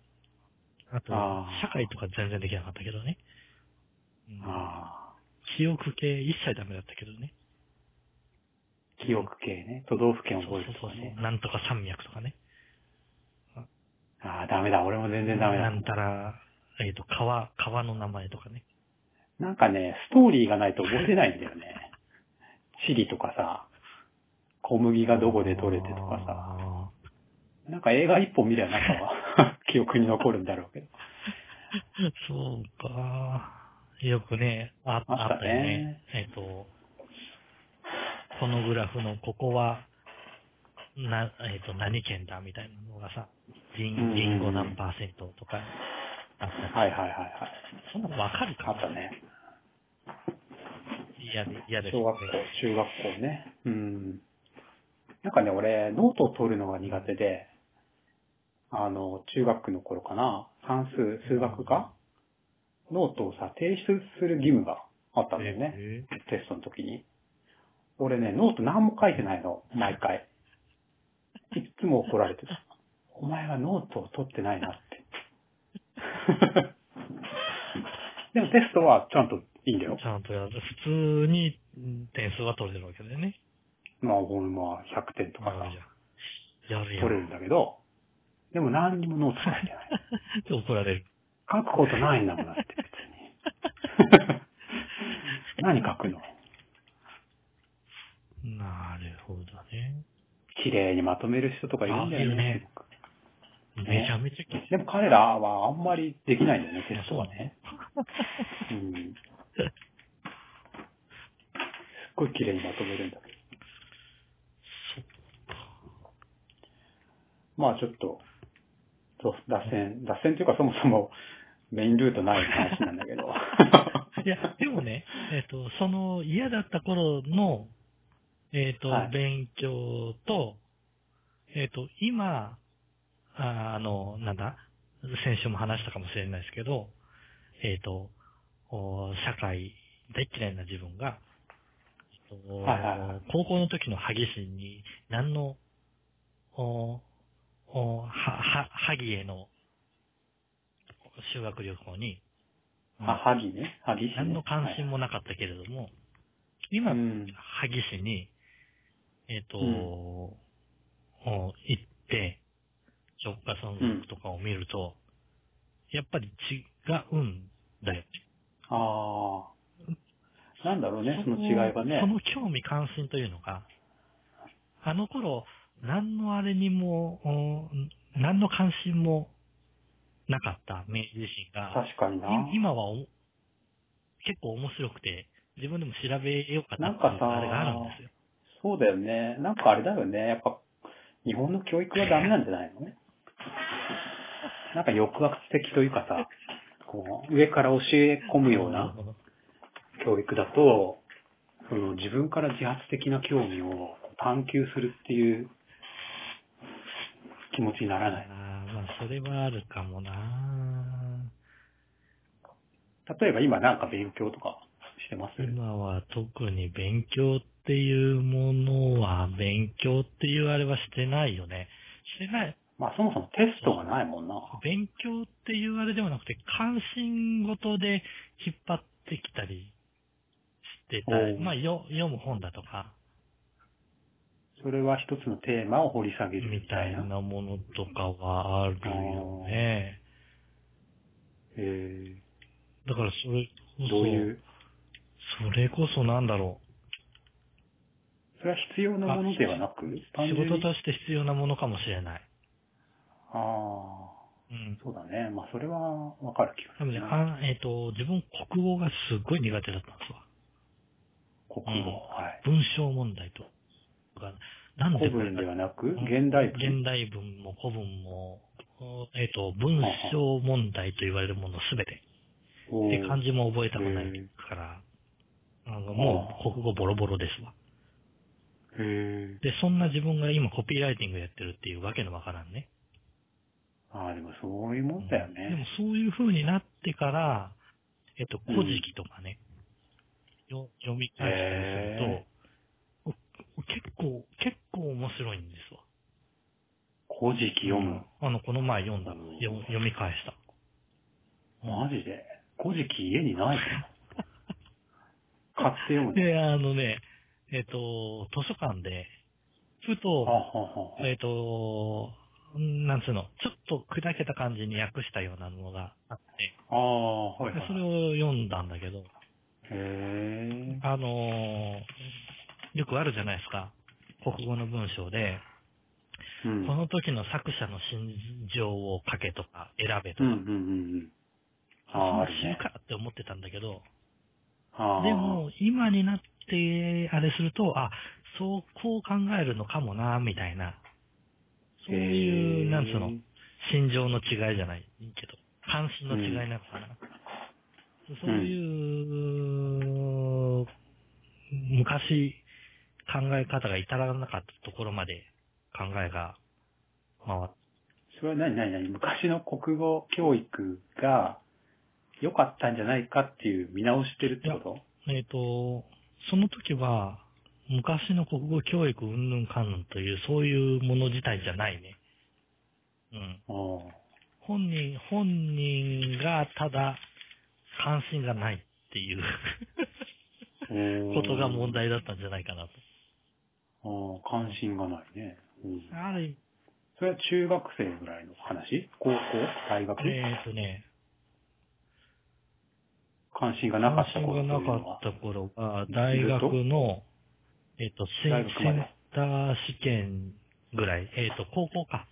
Speaker 2: あと
Speaker 1: あ、ー
Speaker 2: 社会とか全然できなかったけどね。うん
Speaker 1: あ
Speaker 2: 記憶系一切ダメだったけどね。
Speaker 1: あ、記憶系ね。都道府
Speaker 2: そ
Speaker 1: 県
Speaker 2: うそ
Speaker 1: 覚
Speaker 2: う
Speaker 1: えると
Speaker 2: そ
Speaker 1: か
Speaker 2: う
Speaker 1: ね
Speaker 2: そ。う。なんとか山脈とかね。
Speaker 1: ああ、ダメだ。俺も全然ダメ
Speaker 2: な
Speaker 1: だ。
Speaker 2: んたら、えっ、と、川、川の名前とかね。
Speaker 1: なんかね、ストーリーがないと覚えてないんだよね。地理とかさ、小麦がどこで取れてとかさ、
Speaker 2: あ
Speaker 1: なんか映画一本見りゃなんか 記憶に残るんだろう けど。
Speaker 2: ー。 そうか。よくね、あ
Speaker 1: あ
Speaker 2: あ
Speaker 1: ったね
Speaker 2: ったよね。えっ、と、このグラフのここは、な、えっ、と、何県だみたいなのがさ、リ
Speaker 1: うんうんう
Speaker 2: ン
Speaker 1: ん
Speaker 2: リンゴ何パーセントとか、あったり
Speaker 1: はいはいはいはい。
Speaker 2: そんなのわかる
Speaker 1: あ
Speaker 2: か
Speaker 1: ったね。
Speaker 2: 嫌で、嫌です、
Speaker 1: 小学校、中学校ね。うん。なんかね、俺、ノートを取るのが苦手で、あの、中学の頃かな、算数、数学か、ノートをさ、提出する義務があったんだよね。
Speaker 2: え
Speaker 1: テストの時に。俺ね、ノート何も書いてないの、毎回。いっつも怒られてた。お前はノートを取ってないなって。でもテストはちゃんといいんだよ
Speaker 2: ーち。ゃんとやる。普通に点数は取れるわけだよね。
Speaker 1: まあ、ほんま100点とか
Speaker 2: あ
Speaker 1: さ
Speaker 2: る、じゃん。やるやん。
Speaker 1: 取れるんだけど、でも何にもノート書いてない。
Speaker 2: で怒られる。
Speaker 1: 書くことないんだもんだって、別に。何書くの
Speaker 2: なるほどね。
Speaker 1: 綺麗にまとめる人とかいるんだよ
Speaker 2: あいる
Speaker 1: ね。
Speaker 2: めちゃめちゃき
Speaker 1: でも彼らはあんまりできないんだよね、テストはね。うん。すっごい綺麗にまとめるんだけど。まあちょっと、そう、脱線、脱線っていうかそもそもメインルートない話なんだけど。
Speaker 2: いや、でもね、えっ、と、その嫌だった頃の、えっ、と、
Speaker 1: はい
Speaker 2: 勉強と、えっ、と、今、ああの、なんだ、先週も話したかもしれないですけど、えっ、と、お社会大嫌いな自分が、えっと
Speaker 1: はいはいはい
Speaker 2: 高校の時の萩市に何の、おおは、は、萩への修学旅行に、
Speaker 1: あ、萩ね。萩市、ね。
Speaker 2: 何の関心もなかったけれども、今
Speaker 1: はい、うん。
Speaker 2: 萩市に、えっ、と、
Speaker 1: うん
Speaker 2: お行って、直下存続とかを見ると、やっぱり違うんだよね。
Speaker 1: ああ。なんだろうね、その違いがね
Speaker 2: そ。の興味関心というのが、あの頃、何のあれにも、うん何の関心もなかった明治維新が、
Speaker 1: 確かにな。
Speaker 2: い今はお結構面白くて、自分でも調べようかなって
Speaker 1: なんか
Speaker 2: いう
Speaker 1: さ
Speaker 2: あれがあるんですよ。
Speaker 1: そうだよね。なんかあれだよね。やっぱ、日本の教育はダメなんじゃないのね。なんか抑圧的というかさ、こう、上から教え込むような
Speaker 2: るほど
Speaker 1: 教育だと、その自分から自発的な興味を探求するっていう気持ちにならない。
Speaker 2: あーまあ、それはあるかもな
Speaker 1: 例えば今なんか勉強とかしてます
Speaker 2: 今は特に勉強っていうものは、勉強っていうあれはしてないよね。してない、
Speaker 1: まあそもそもテストがないもんな。
Speaker 2: 勉強っていうあれではなくて、関心事で引っ張ってきたりしてたり
Speaker 1: おう
Speaker 2: まあ、よ読む本だとか、
Speaker 1: それは一つのテーマを掘り下げるみ
Speaker 2: み
Speaker 1: た
Speaker 2: た
Speaker 1: い
Speaker 2: い
Speaker 1: な。
Speaker 2: なものとかはあるよね。
Speaker 1: えー
Speaker 2: だからそれこそ、
Speaker 1: どういう、
Speaker 2: それこそなんだろ
Speaker 1: それは必要なものではなく、
Speaker 2: う、仕事
Speaker 1: あ
Speaker 2: として必要なものかもしれない。
Speaker 1: あ
Speaker 2: うん
Speaker 1: ー、。そうだね。まあそれはわかる気がす
Speaker 2: 多分
Speaker 1: る
Speaker 2: ね、
Speaker 1: な。
Speaker 2: あえっ、と、自分国語がすごい苦手だったんですわ。
Speaker 1: 国語、
Speaker 2: うん
Speaker 1: はい。
Speaker 2: 文章問題とか。なんで
Speaker 1: 古
Speaker 2: これ
Speaker 1: 文
Speaker 2: が
Speaker 1: ではなく、現代文。
Speaker 2: 現代文も古文も、えっ、と、文章問題と言われるものすべて。
Speaker 1: おー
Speaker 2: で、漢字も覚えたくないから、あのもう国語ボロボロですわ。
Speaker 1: へえ。
Speaker 2: で、そんな自分が今コピーライティングやってるっていうわけのわからんね。
Speaker 1: ああ、でもそういうもんだよね。
Speaker 2: でもそういう風になってから、えっと、
Speaker 1: うん
Speaker 2: 古事記とかね、よ読み返したりすると、結構、結構面白いんですわ。
Speaker 1: 古事記読む。
Speaker 2: あの、この前読んだ、
Speaker 1: うん
Speaker 2: よ読み返した。
Speaker 1: マジで古事記家にないの 買って読むの。
Speaker 2: で、あのね、えっ、と、図書館で、ふ
Speaker 1: は
Speaker 2: と、
Speaker 1: はは
Speaker 2: えっ、と、なんつうの、ちょっと砕けた感じに訳したようなのがあって、
Speaker 1: ああ、はい、
Speaker 2: で
Speaker 1: はい。
Speaker 2: それを読んだんだけど、
Speaker 1: へえ。
Speaker 2: あのーよくあるじゃないですか。国語の文章で、
Speaker 1: うん。
Speaker 2: この時の作者の心情を書けとか選べと
Speaker 1: うんうんう
Speaker 2: か、
Speaker 1: んうん。あ
Speaker 2: そん
Speaker 1: あ、あ
Speaker 2: な
Speaker 1: る
Speaker 2: 死ぬ
Speaker 1: ね。
Speaker 2: かって思ってたんだけど、
Speaker 1: ああ。
Speaker 2: でも今になってあれすると、あ、そう、こう考えるのかもな、みたいな。そうい
Speaker 1: へ
Speaker 2: う、
Speaker 1: え
Speaker 2: なんつうの、心情の違いじゃないけど、関心の違いなのかな。そういう、昔考え方が至らなかったところまで考えが回っ
Speaker 1: それは何何何昔の国語教育が良かったんじゃないかっていう見直してるってこと
Speaker 2: えっ、と、その時は、昔の国語教育うんぬんかんぬんという、そういうもの自体じゃないね。うん。
Speaker 1: ああ。
Speaker 2: 本人、本人がただ、関心がないっていうこ
Speaker 1: こと
Speaker 2: が問。題だったんじゃないかなと。
Speaker 1: ああ、関心がないね。うん
Speaker 2: ある、
Speaker 1: それは中学生ぐらいの話高校大学、
Speaker 2: えっ、とね、
Speaker 1: 関心がなかっ
Speaker 2: 関
Speaker 1: た
Speaker 2: 心
Speaker 1: こと
Speaker 2: が
Speaker 1: という
Speaker 2: な
Speaker 1: のは
Speaker 2: かっ。た頃は、大学の、えっ、と、セ
Speaker 1: 大
Speaker 2: ン
Speaker 1: 学
Speaker 2: セ
Speaker 1: ま
Speaker 2: ン
Speaker 1: で
Speaker 2: ター試験ぐらい、えっ、と、高校か。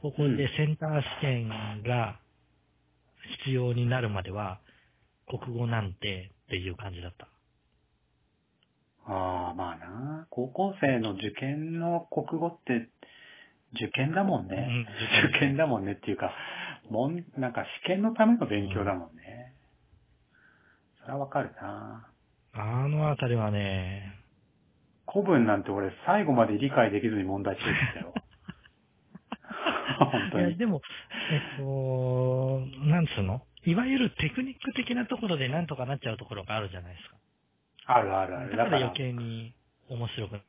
Speaker 2: 高校でセンター試験が必要になるまでは、国語なんてっていう感じだった。
Speaker 1: ああ、まあな。高校生の受験の国語って受験だもんね。
Speaker 2: うん
Speaker 1: 受験だもんねっていうか、もん、なんか試験のための勉強だもんね。それはわかるな
Speaker 2: あのあたりはね、
Speaker 1: 古文なんて俺最後まで理解できずに問題解いてたよ。 本当
Speaker 2: いや、
Speaker 1: に。
Speaker 2: でも、えっと、なんつうのいわゆるテクニック的なところでなんとかなっちゃうところがあるじゃないですか。
Speaker 1: あるあるある。
Speaker 2: だ
Speaker 1: だ
Speaker 2: か
Speaker 1: からら
Speaker 2: 余、計に面白く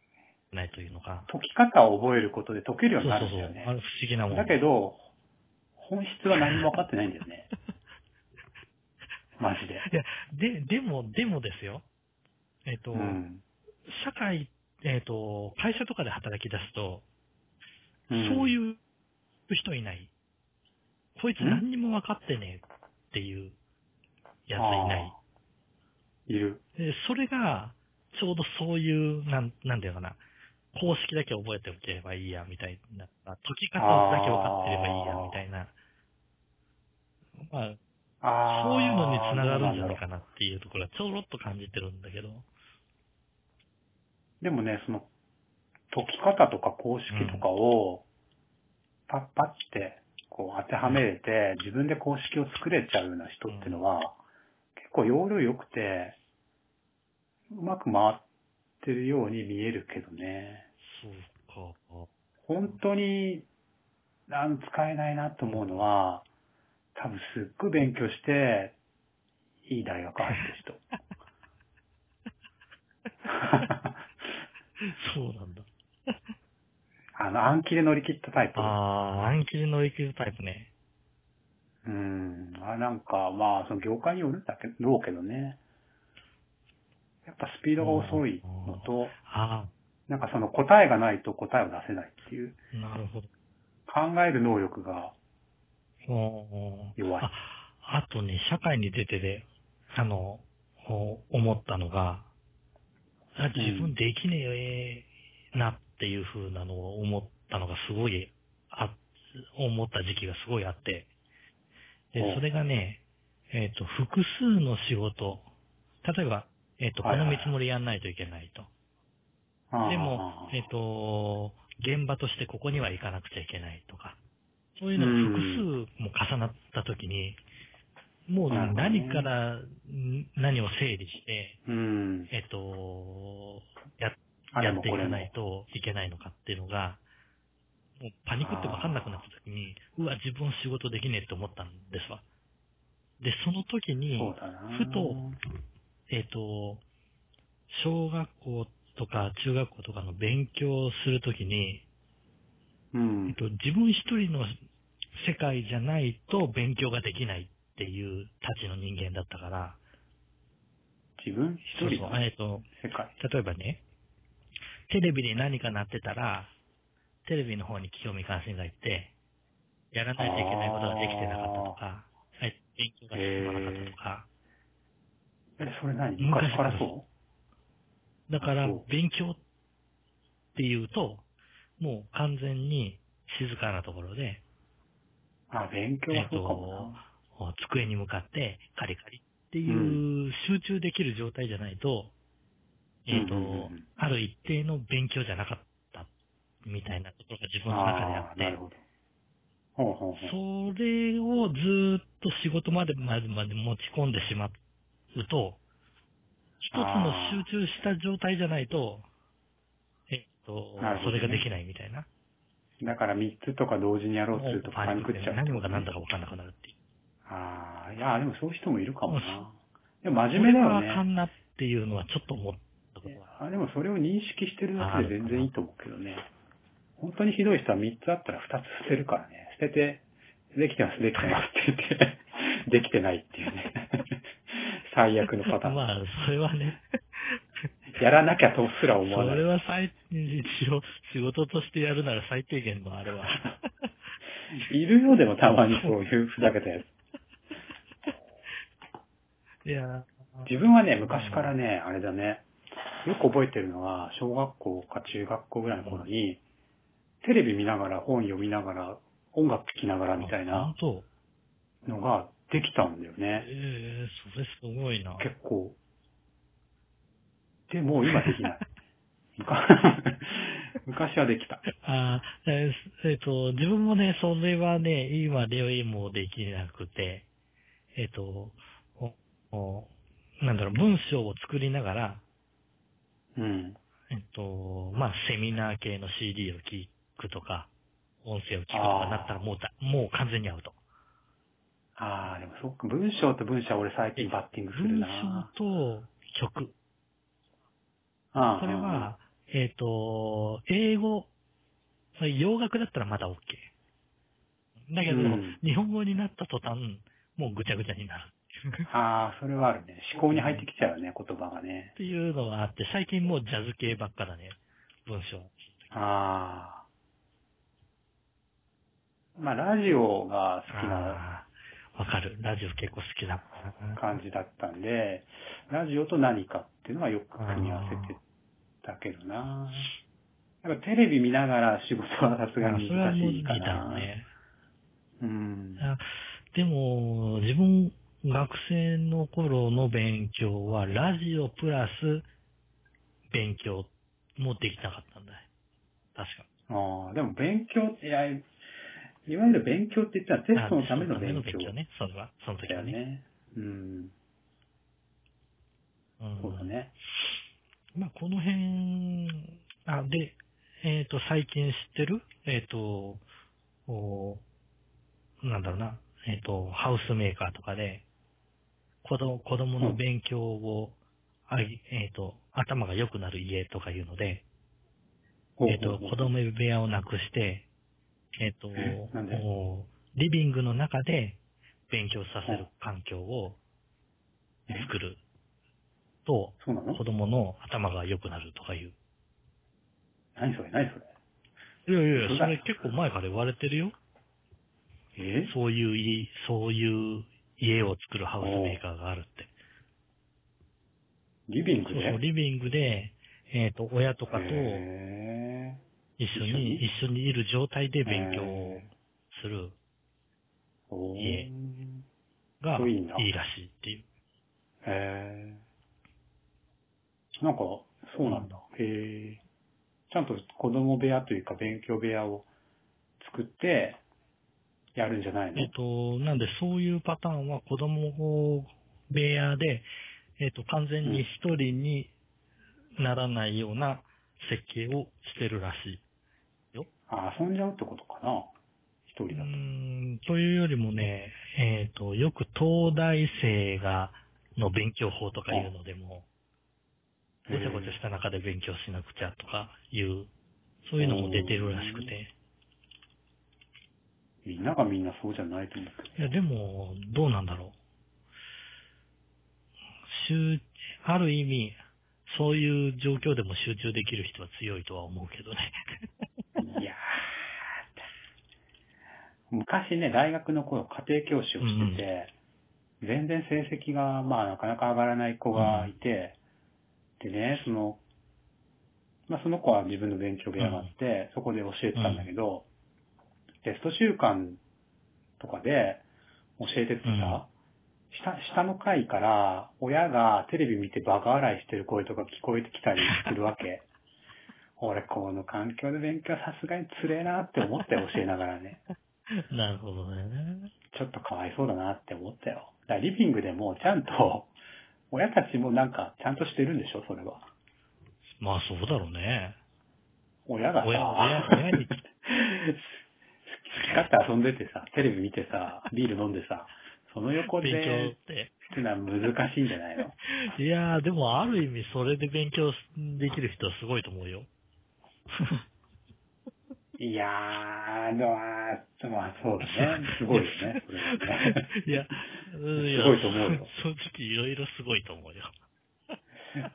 Speaker 2: ないというのか。
Speaker 1: 解き方を覚えることで解ける
Speaker 2: そ
Speaker 1: よ
Speaker 2: う
Speaker 1: う
Speaker 2: そ
Speaker 1: に
Speaker 2: う
Speaker 1: なるんだよ
Speaker 2: そう。あ
Speaker 1: ね。
Speaker 2: れ不思議なもん。
Speaker 1: だけど、本質は何も分かってないんだよね。マジで。
Speaker 2: いや、で、でも、でもですよ。えっと、
Speaker 1: うん。
Speaker 2: 社会、えっと、会社とかで働き出すと、
Speaker 1: ん
Speaker 2: そういう人いない。こいつ
Speaker 1: うん
Speaker 2: 何にも分かってねえっていうやついない。
Speaker 1: あー。いる。
Speaker 2: でそれが、ちょうどそういう、なん、なんだよかな。公式だけ覚えておけばいいや、みたいな。解き方だけ分かってればいいや、
Speaker 1: あー
Speaker 2: みたいな。まあ、
Speaker 1: ああ。
Speaker 2: そういうのにつながるんじゃない
Speaker 1: どうなんだろ
Speaker 2: かなっていうところはちょろっと感じてるんだけど。
Speaker 1: うでもね、その、解き方とか公式とかを、パッパって、こう当てはめれて、自分で公式を作れちゃうような人ってのは、結構容量良くて、うまく回ってるように見えるけどね。
Speaker 2: そう
Speaker 1: 本当に、あの、使えないなと思うのは、多分すっごい勉強して、いい大学入ってる人。
Speaker 2: か。そうなんだ。
Speaker 1: あの、暗記で乗り切ったタイプ。
Speaker 2: あー、暗記で乗り切るタイプね。
Speaker 1: うん。あなんか、まあ、その業界によるんだけど、けどね。やっぱスピードが遅いのと、
Speaker 2: あ
Speaker 1: なんかその答えがないと答えを出せないっていう、
Speaker 2: ー、なるほど。
Speaker 1: 考える能力が
Speaker 2: おー
Speaker 1: 弱い
Speaker 2: あ。あとね、社会に出てで、あの、お思ったのが、あ
Speaker 1: うん
Speaker 2: 自分できねえなっていう風なのを思ったのがすごい、あ、思った時期がすごいあって、
Speaker 1: ほう
Speaker 2: で、それがね、えっ、と、複数の仕事、例えば、えっ、と、こ
Speaker 1: はいはい
Speaker 2: の
Speaker 1: はい
Speaker 2: 見積もりやんないといけないと。でも、えっ、と、現場としてここには行かなくちゃいけないとか、そういうのが複数も重なったときに、もう
Speaker 1: なるほどね
Speaker 2: 何から、ん何を整理して、
Speaker 1: あーうん。
Speaker 2: えっ、と、や
Speaker 1: あれ
Speaker 2: や
Speaker 1: も
Speaker 2: ってい
Speaker 1: これ
Speaker 2: か
Speaker 1: も
Speaker 2: ないといけないのかっていうのが、もうパニックって分かんなくなったときに、うわ、自分仕事できねえって思ったんですわ。で、その時に、
Speaker 1: そうだな。
Speaker 2: ふとえっ、と、小学校とか中学校とかの勉強をするときに、
Speaker 1: う
Speaker 2: えっ
Speaker 1: ん。
Speaker 2: と、自分一人の世界じゃないと勉強ができないっていうたちの人間だったから、
Speaker 1: 自分一人
Speaker 2: そ
Speaker 1: の
Speaker 2: うそうえっと、
Speaker 1: 世界。
Speaker 2: 例えばね、テレビで何かなってたら、テレビの方に興味関心がいって、やらないといけないことができてなかったとか、はい勉強が進まなかったとか、
Speaker 1: え、それ何
Speaker 2: 昔
Speaker 1: 昔からそ
Speaker 2: だから
Speaker 1: そう、
Speaker 2: 勉強っていうと、もう完全に静かなところで、
Speaker 1: うあ、勉強はそうかも
Speaker 2: こう机に向かってカリカリっていう集中できる状態じゃないと、えっと
Speaker 1: うんうんうんうん、
Speaker 2: ある一定の勉強じゃなかったみたいなところが自分
Speaker 1: な。
Speaker 2: の中であ
Speaker 1: あ
Speaker 2: っ
Speaker 1: あー、な
Speaker 2: て
Speaker 1: る、ほど。ほうほうほう。
Speaker 2: それをずーっと仕事までまでまで持ち込んでしまうと、一つの集中した状態じゃないと、えっと、
Speaker 1: なるほ
Speaker 2: そ
Speaker 1: どね
Speaker 2: れができないみたいな。
Speaker 1: だから三つとか同時にやろうとするとパニクっちゃう。
Speaker 2: 何もが何だか分かんなくなるっていう。
Speaker 1: ああ、いや、でもそういう人もいるかも
Speaker 2: そうそ
Speaker 1: な。でも真面目だよ
Speaker 2: それはあか
Speaker 1: ね。
Speaker 2: んなっていうのはちょっと思ったことが
Speaker 1: あでもそれを認識してるだけで全然いいと思うけどね。本当にひどい人は三つあったら二つ捨てるからね。捨てて、できてます、できてますって言 って、できてないっていうね。最悪のパターン。
Speaker 2: まあ、それはね、
Speaker 1: やらなきゃとすら
Speaker 2: そ
Speaker 1: 思わない
Speaker 2: れ。は最、一応、仕事としてやるなら最低限のあ れは。
Speaker 1: いるよ、でもたまにそういうふざけたやつ。
Speaker 2: いや、
Speaker 1: 自分はね、昔からね、あれだね、よく覚えてるのは、小学校か中学校ぐらいの頃に、テレビ見ながら、本読みながら、音楽聴きながらみたいな
Speaker 2: あ本
Speaker 1: のができたんだよ
Speaker 2: 当。
Speaker 1: ね。
Speaker 2: ええそれすごいな。
Speaker 1: 結 構。でも、今できない。昔昔はできた。
Speaker 2: あーえーえっ、と、自分もね、それはね、今、レオイもできなくて、えっ、と、おおなんだろう、文章を作りながら、
Speaker 1: うん。
Speaker 2: えっ、と、まあ、セミナー系の CD を聞くとか、音声を聞くとかなったらもうだ、もう完全にアウト。
Speaker 1: ああ、でもそっか、文章と文章は俺最近バッティングする
Speaker 2: 文
Speaker 1: な。
Speaker 2: 章と曲。
Speaker 1: ああ
Speaker 2: これは、、えっ、と、英語、洋楽だったらまだ OK。だけど、
Speaker 1: うん
Speaker 2: 日本語になった途端、もうぐちゃぐちゃになる。
Speaker 1: ああ、それはあるね。思考に入ってきちゃうよね、言葉がね
Speaker 2: っ。ていうのがあって、最近もうジャズ系ばっかだね、文章。
Speaker 1: ああ。まあ、ラジオが好きな
Speaker 2: あーわかる。ラジオ結構好きだ。
Speaker 1: 感じだったんで、ラジオと何かっていうのはよく組み合わせてたけどな。やっぱテレビ見ながら仕事はさすがに
Speaker 2: それは
Speaker 1: 難
Speaker 2: もう
Speaker 1: し
Speaker 2: いい
Speaker 1: いか
Speaker 2: だろう
Speaker 1: な。
Speaker 2: ね。
Speaker 1: うん。
Speaker 2: あでも、自分、学生の頃の勉強は、ラジオプラス勉強もできなかったんだよ。確か。
Speaker 1: ああ、でも勉強って、いやいわゆる勉強って言ったらテストのための勉
Speaker 2: あテスト
Speaker 1: 強
Speaker 2: のためのね。それは、その時
Speaker 1: だよ
Speaker 2: はね。
Speaker 1: ね。うん。
Speaker 2: ん
Speaker 1: そうだね。
Speaker 2: まあ、この辺、あ、で、えっ、と、最近知ってるえっ、と、おなんだろうな、えっ、と、ハウスメーカーとかで、子供、子供の勉強を、あいえっ、と、頭が良くなる家とかいうので、
Speaker 1: ほう
Speaker 2: えっ、と、
Speaker 1: ほうほう
Speaker 2: 子供部屋をなくして、えっ、と
Speaker 1: えなんで、
Speaker 2: おリビングの中で勉強させる環境を作ると、
Speaker 1: そうなの
Speaker 2: 子供の頭が良くなるとかいう。
Speaker 1: 何それ何それ
Speaker 2: いやいや、
Speaker 1: 嘘
Speaker 2: そ
Speaker 1: だ
Speaker 2: れ結構前から言われてるよ。
Speaker 1: え
Speaker 2: そういう家、そういう家を作るハウスメーカーがあるって。
Speaker 1: リビン
Speaker 2: そ
Speaker 1: グ
Speaker 2: う
Speaker 1: で
Speaker 2: そう、リビングで、えっ、と、親とかと
Speaker 1: へ
Speaker 2: 一緒に、
Speaker 1: 一
Speaker 2: 一緒にいる状態で
Speaker 1: ー
Speaker 2: 勉強をする
Speaker 1: おー
Speaker 2: 家が
Speaker 1: そういいんだ
Speaker 2: いいらしいっていう。
Speaker 1: へーなんか、そうなんだ。へーちゃんと子供部屋というか勉強部屋を作ってやるんじゃないの
Speaker 2: えっ、と、なんでそういうパターンは子供部屋で、えっ、と、完全に一人にならないような設計をしてるらしい。
Speaker 1: あ、遊んじゃうってことかな一人だ
Speaker 2: う
Speaker 1: と。
Speaker 2: んというよりもね、えっ、と、よく東大生が、の勉強法とかいうのでも、ごちゃごちゃした中で勉強しなくちゃとかいう、そういうのも出てるらしくて。
Speaker 1: みんながみんなそうじゃないと思うけど。
Speaker 2: いや、でも、どうなんだろう。集、ある意味、そういう状況でも集中できる人は強いとは思う けどね。
Speaker 1: いやー、昔ね、大学の頃家庭教師をしてて、全然成績が、まあなかなか上がらない子がいて、でね、その、まあその子は自分の勉強部屋があって、そこで教えてたんだけど、テスト週間とかで教えててさ、下、下の階から親がテレビ見てバカ笑いしてる声とか聞こえてきたりするわけ。 俺、この環境で勉強はさすがにつれえなって思って教えながら ね。
Speaker 2: なるほどね。
Speaker 1: ちょっとかわいそうだなって思ったよ。だからリビングでもちゃんと、親たちもなんかちゃんとしてるんでしょそれは。
Speaker 2: まあそうだろうね。
Speaker 1: 親がさ、
Speaker 2: 親親親 に
Speaker 1: 好き勝手遊んでてさ、テレビ見てさ、ビール飲んでさ、その横で
Speaker 2: 勉強
Speaker 1: っ
Speaker 2: って。
Speaker 1: てのは難しいんじゃないの
Speaker 2: いやー、でもある意味それで勉強できる人はすごいと思うよ。
Speaker 1: いやー、でもあーまあ、そうだね。すごいよね。それは ね
Speaker 2: いや、うんや
Speaker 1: すごいと思うよ
Speaker 2: 正直いろいろすごいと思うよ。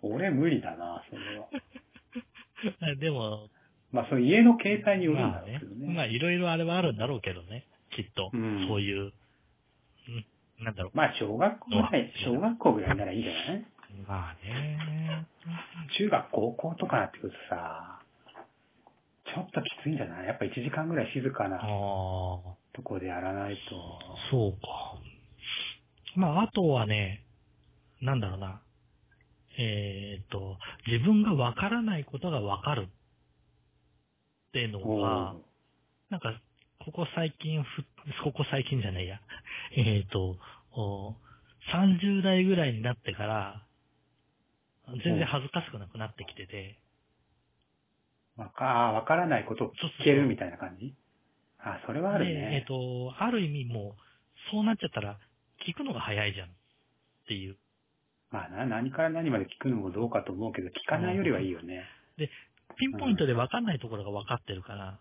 Speaker 1: 俺無理だな、それは。
Speaker 2: でも、
Speaker 1: まあ、その家の形態によるん
Speaker 2: ま
Speaker 1: だ
Speaker 2: あ
Speaker 1: ろう
Speaker 2: ね
Speaker 1: けど、
Speaker 2: まあいろいろあれはあるんだろうけどね、きっと。
Speaker 1: うん
Speaker 2: そういう、うんなんだろ。
Speaker 1: まあ、小学校ぐらい、小学校ぐらいならいいんじゃないう
Speaker 2: まあね。
Speaker 1: 中学、高校とかなってくるとさ、ちょっときついんじゃないやっぱ1時間ぐらい静か
Speaker 2: ああ
Speaker 1: な、とこでやらない
Speaker 2: そうか。まああとはね、なんだろうな。えーっと、自分がわからないことがわかるってのが、なんか、ここ最近ふ、ここ最近じゃないや。 えっ、と、お30代ぐらいになってから、全然恥ずかしくなくなってきてて、
Speaker 1: わか、あーわからないことを聞けるみたいな感じあ、それはある
Speaker 2: でえっ、
Speaker 1: ね。
Speaker 2: と、ある意味もう、そうなっちゃったら、聞くのが早いじゃん。っていう。
Speaker 1: まあな、何から何まで聞くのもどうかと思うけど、聞かないよりはいいよね。
Speaker 2: ピンポイントで分かんないところが分かってるから、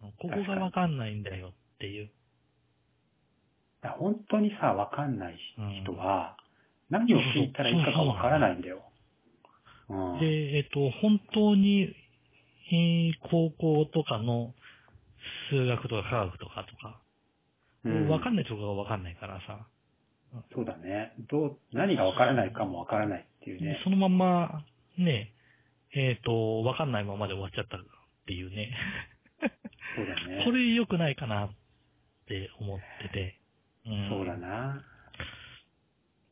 Speaker 2: ここが分かんないんだよっていう。
Speaker 1: だから本当にさ、わかんない人は、何を聞いたらいいかがわからないんだよ。うん。
Speaker 2: で、えっ、と、本当に、えー高校とかの数学とか科学とかとか、
Speaker 1: うん
Speaker 2: 分かんないところが分かんないからさ、
Speaker 1: そうだね。どう、何がわからないかもわからないっていう
Speaker 2: で
Speaker 1: ね。
Speaker 2: そのまんま、ね、えっ、と、分かんないままで終わっちゃったっていうね。
Speaker 1: そうだね。
Speaker 2: これ良くないかなって思ってて。うん
Speaker 1: そうだな。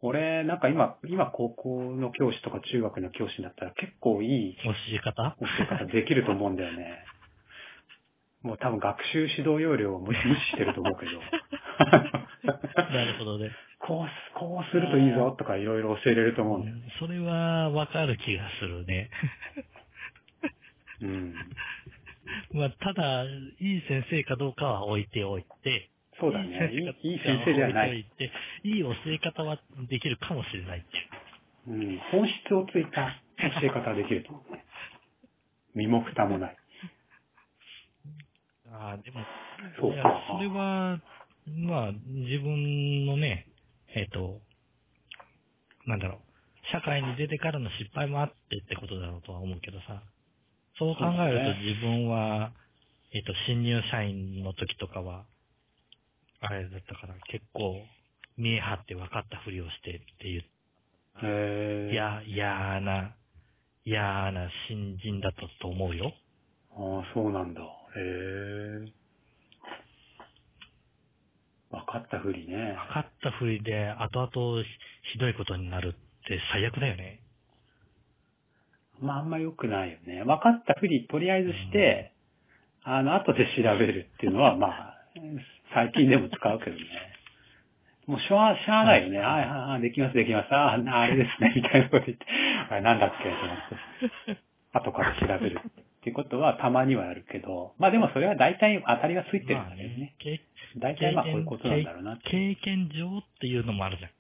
Speaker 1: 俺、なんか今、今高校の教師とか中学の教師だったら結構いい
Speaker 2: 教 え方
Speaker 1: 教え方できると思うんだよ ね。もう多分学習指導要領を無視してると思うけ ど。
Speaker 2: なるほどね。
Speaker 1: こうす、こうするといいぞとかいろいろ教えれると思うんだよ。
Speaker 2: それはわかる気がするね。
Speaker 1: うん。
Speaker 2: まあ、ただ、いい先生かどうかは置いておいて、
Speaker 1: そうだね。いいいい先
Speaker 2: か
Speaker 1: 生ではな
Speaker 2: 置
Speaker 1: い。
Speaker 2: いておいて、いい教え方はできるかもしれないっていう。
Speaker 1: うん。本質をついた教え方ができると思うね。身も蓋もない。
Speaker 2: ああ、でも、
Speaker 1: そう
Speaker 2: い
Speaker 1: か
Speaker 2: や、それは、まあ、自分のね、えっ、と、なんだろう、社会に出てからの失敗もあってってことだろうとは思うけどさ、そう考え
Speaker 1: そう
Speaker 2: る
Speaker 1: だ
Speaker 2: と自分は、えっ、と、新入社員の時とかは、あれだったから結構、見え張って分かったふりをしてっていう、
Speaker 1: へえ。
Speaker 2: い。や、嫌な、嫌な新人だったと思うよ。
Speaker 1: ああ、そうなんだ。へえ。分かったふりね。
Speaker 2: 分かったふりで後々ひひどいことになるって最悪だよね。
Speaker 1: まあ、あんま良くないよね。分かったふり、とりあえずして、あの、後で調べるっていうのは、まあ、最近でも使うけどね。もう、しょうが、しゃあないよね。ああああ、できます、できます。ああ、なあれですね、みたいなこと言って。あれ、なんだっけと思って。後から調べるっていうことは、たまにはあるけど、まあでもそれは大体当たりがついてるんだよね。
Speaker 2: 経
Speaker 1: 大体まあこういうことなんだろうなって。
Speaker 2: 経験上っていうのもあるじゃん。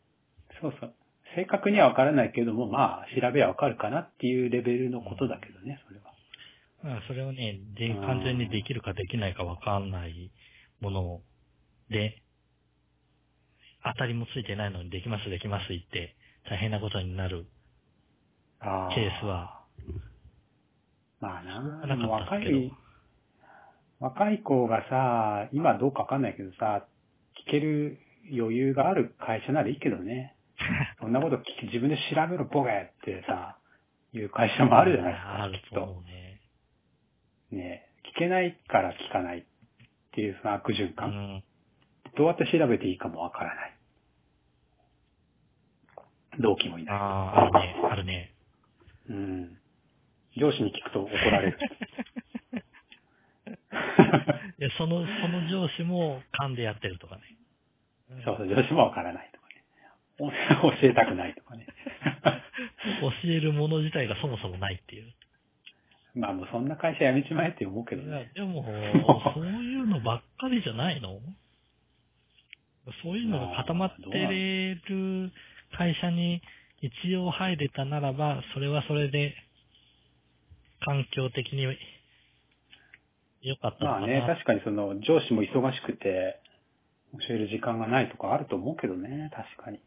Speaker 1: そうそう。正確にはわからないけども、まあ、調べはわかるかなっていうレベルのことだけどね、それは。
Speaker 2: まあ、それをね、で
Speaker 1: うん
Speaker 2: 完全にできるかできないかわかんないもので、当たりもついてないのにできますできます言って大変なことになる
Speaker 1: あ
Speaker 2: ケースは、
Speaker 1: まあな、で
Speaker 2: な
Speaker 1: も
Speaker 2: かった
Speaker 1: 若
Speaker 2: ですけど
Speaker 1: い、若い子がさ、今どうかわかんないけどさ、聞ける余裕がある会社ならいいけどね。そんなこと聞き自分で調べろ、ボケってさ、いう会社もあるじゃないですか。
Speaker 2: ある
Speaker 1: きっ
Speaker 2: と
Speaker 1: と。
Speaker 2: 思うね。
Speaker 1: ね聞けないから聞かないっていうその悪循
Speaker 2: う
Speaker 1: 環。
Speaker 2: ん。
Speaker 1: どうやって調べていいかもわからない。動機もいな
Speaker 2: あ
Speaker 1: い。
Speaker 2: あ、あるね、あるね。
Speaker 1: うん。上司に聞くと怒ら れる。
Speaker 2: で、その、その上司も勘でやってるとかね。
Speaker 1: そうそう、上司もわからないとかね。 お教えたくないとかね。
Speaker 2: 教えるもの自体がそもそもないっていう。
Speaker 1: まあもうそんな会社辞めちまえって思うけど
Speaker 2: いや
Speaker 1: ね。、
Speaker 2: でも、そういうのばっかりじゃないのそういうのが固まってる会社に一応入れたならば、それはそれで、環境的に良かったの
Speaker 1: ま
Speaker 2: かな。
Speaker 1: あね、確かにその上司も忙しくて、教える時間がないとかあると思うけどね、確かに。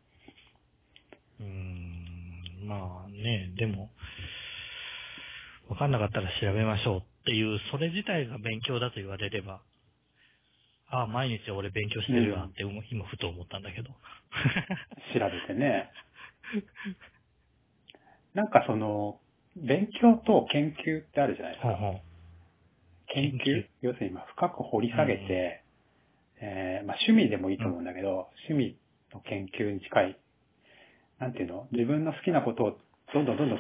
Speaker 2: うーん、まあね、でも、わかんなかったら調べましょうっていう、それ自体が勉強だと言われれば、ああ、毎日俺勉強してるわって思う、今ふと思ったんだけど。
Speaker 1: 調べてね。なんかその、勉強と研究ってあるじゃないです
Speaker 2: ほう
Speaker 1: か。
Speaker 2: ほう
Speaker 1: 研究
Speaker 2: 研究
Speaker 1: 要するにまあ深く掘り下げて、えーまあ、趣味でもいいと思うんだけど、趣味の研究に近い、なんていうの自分の好きなことをどんどんどんどん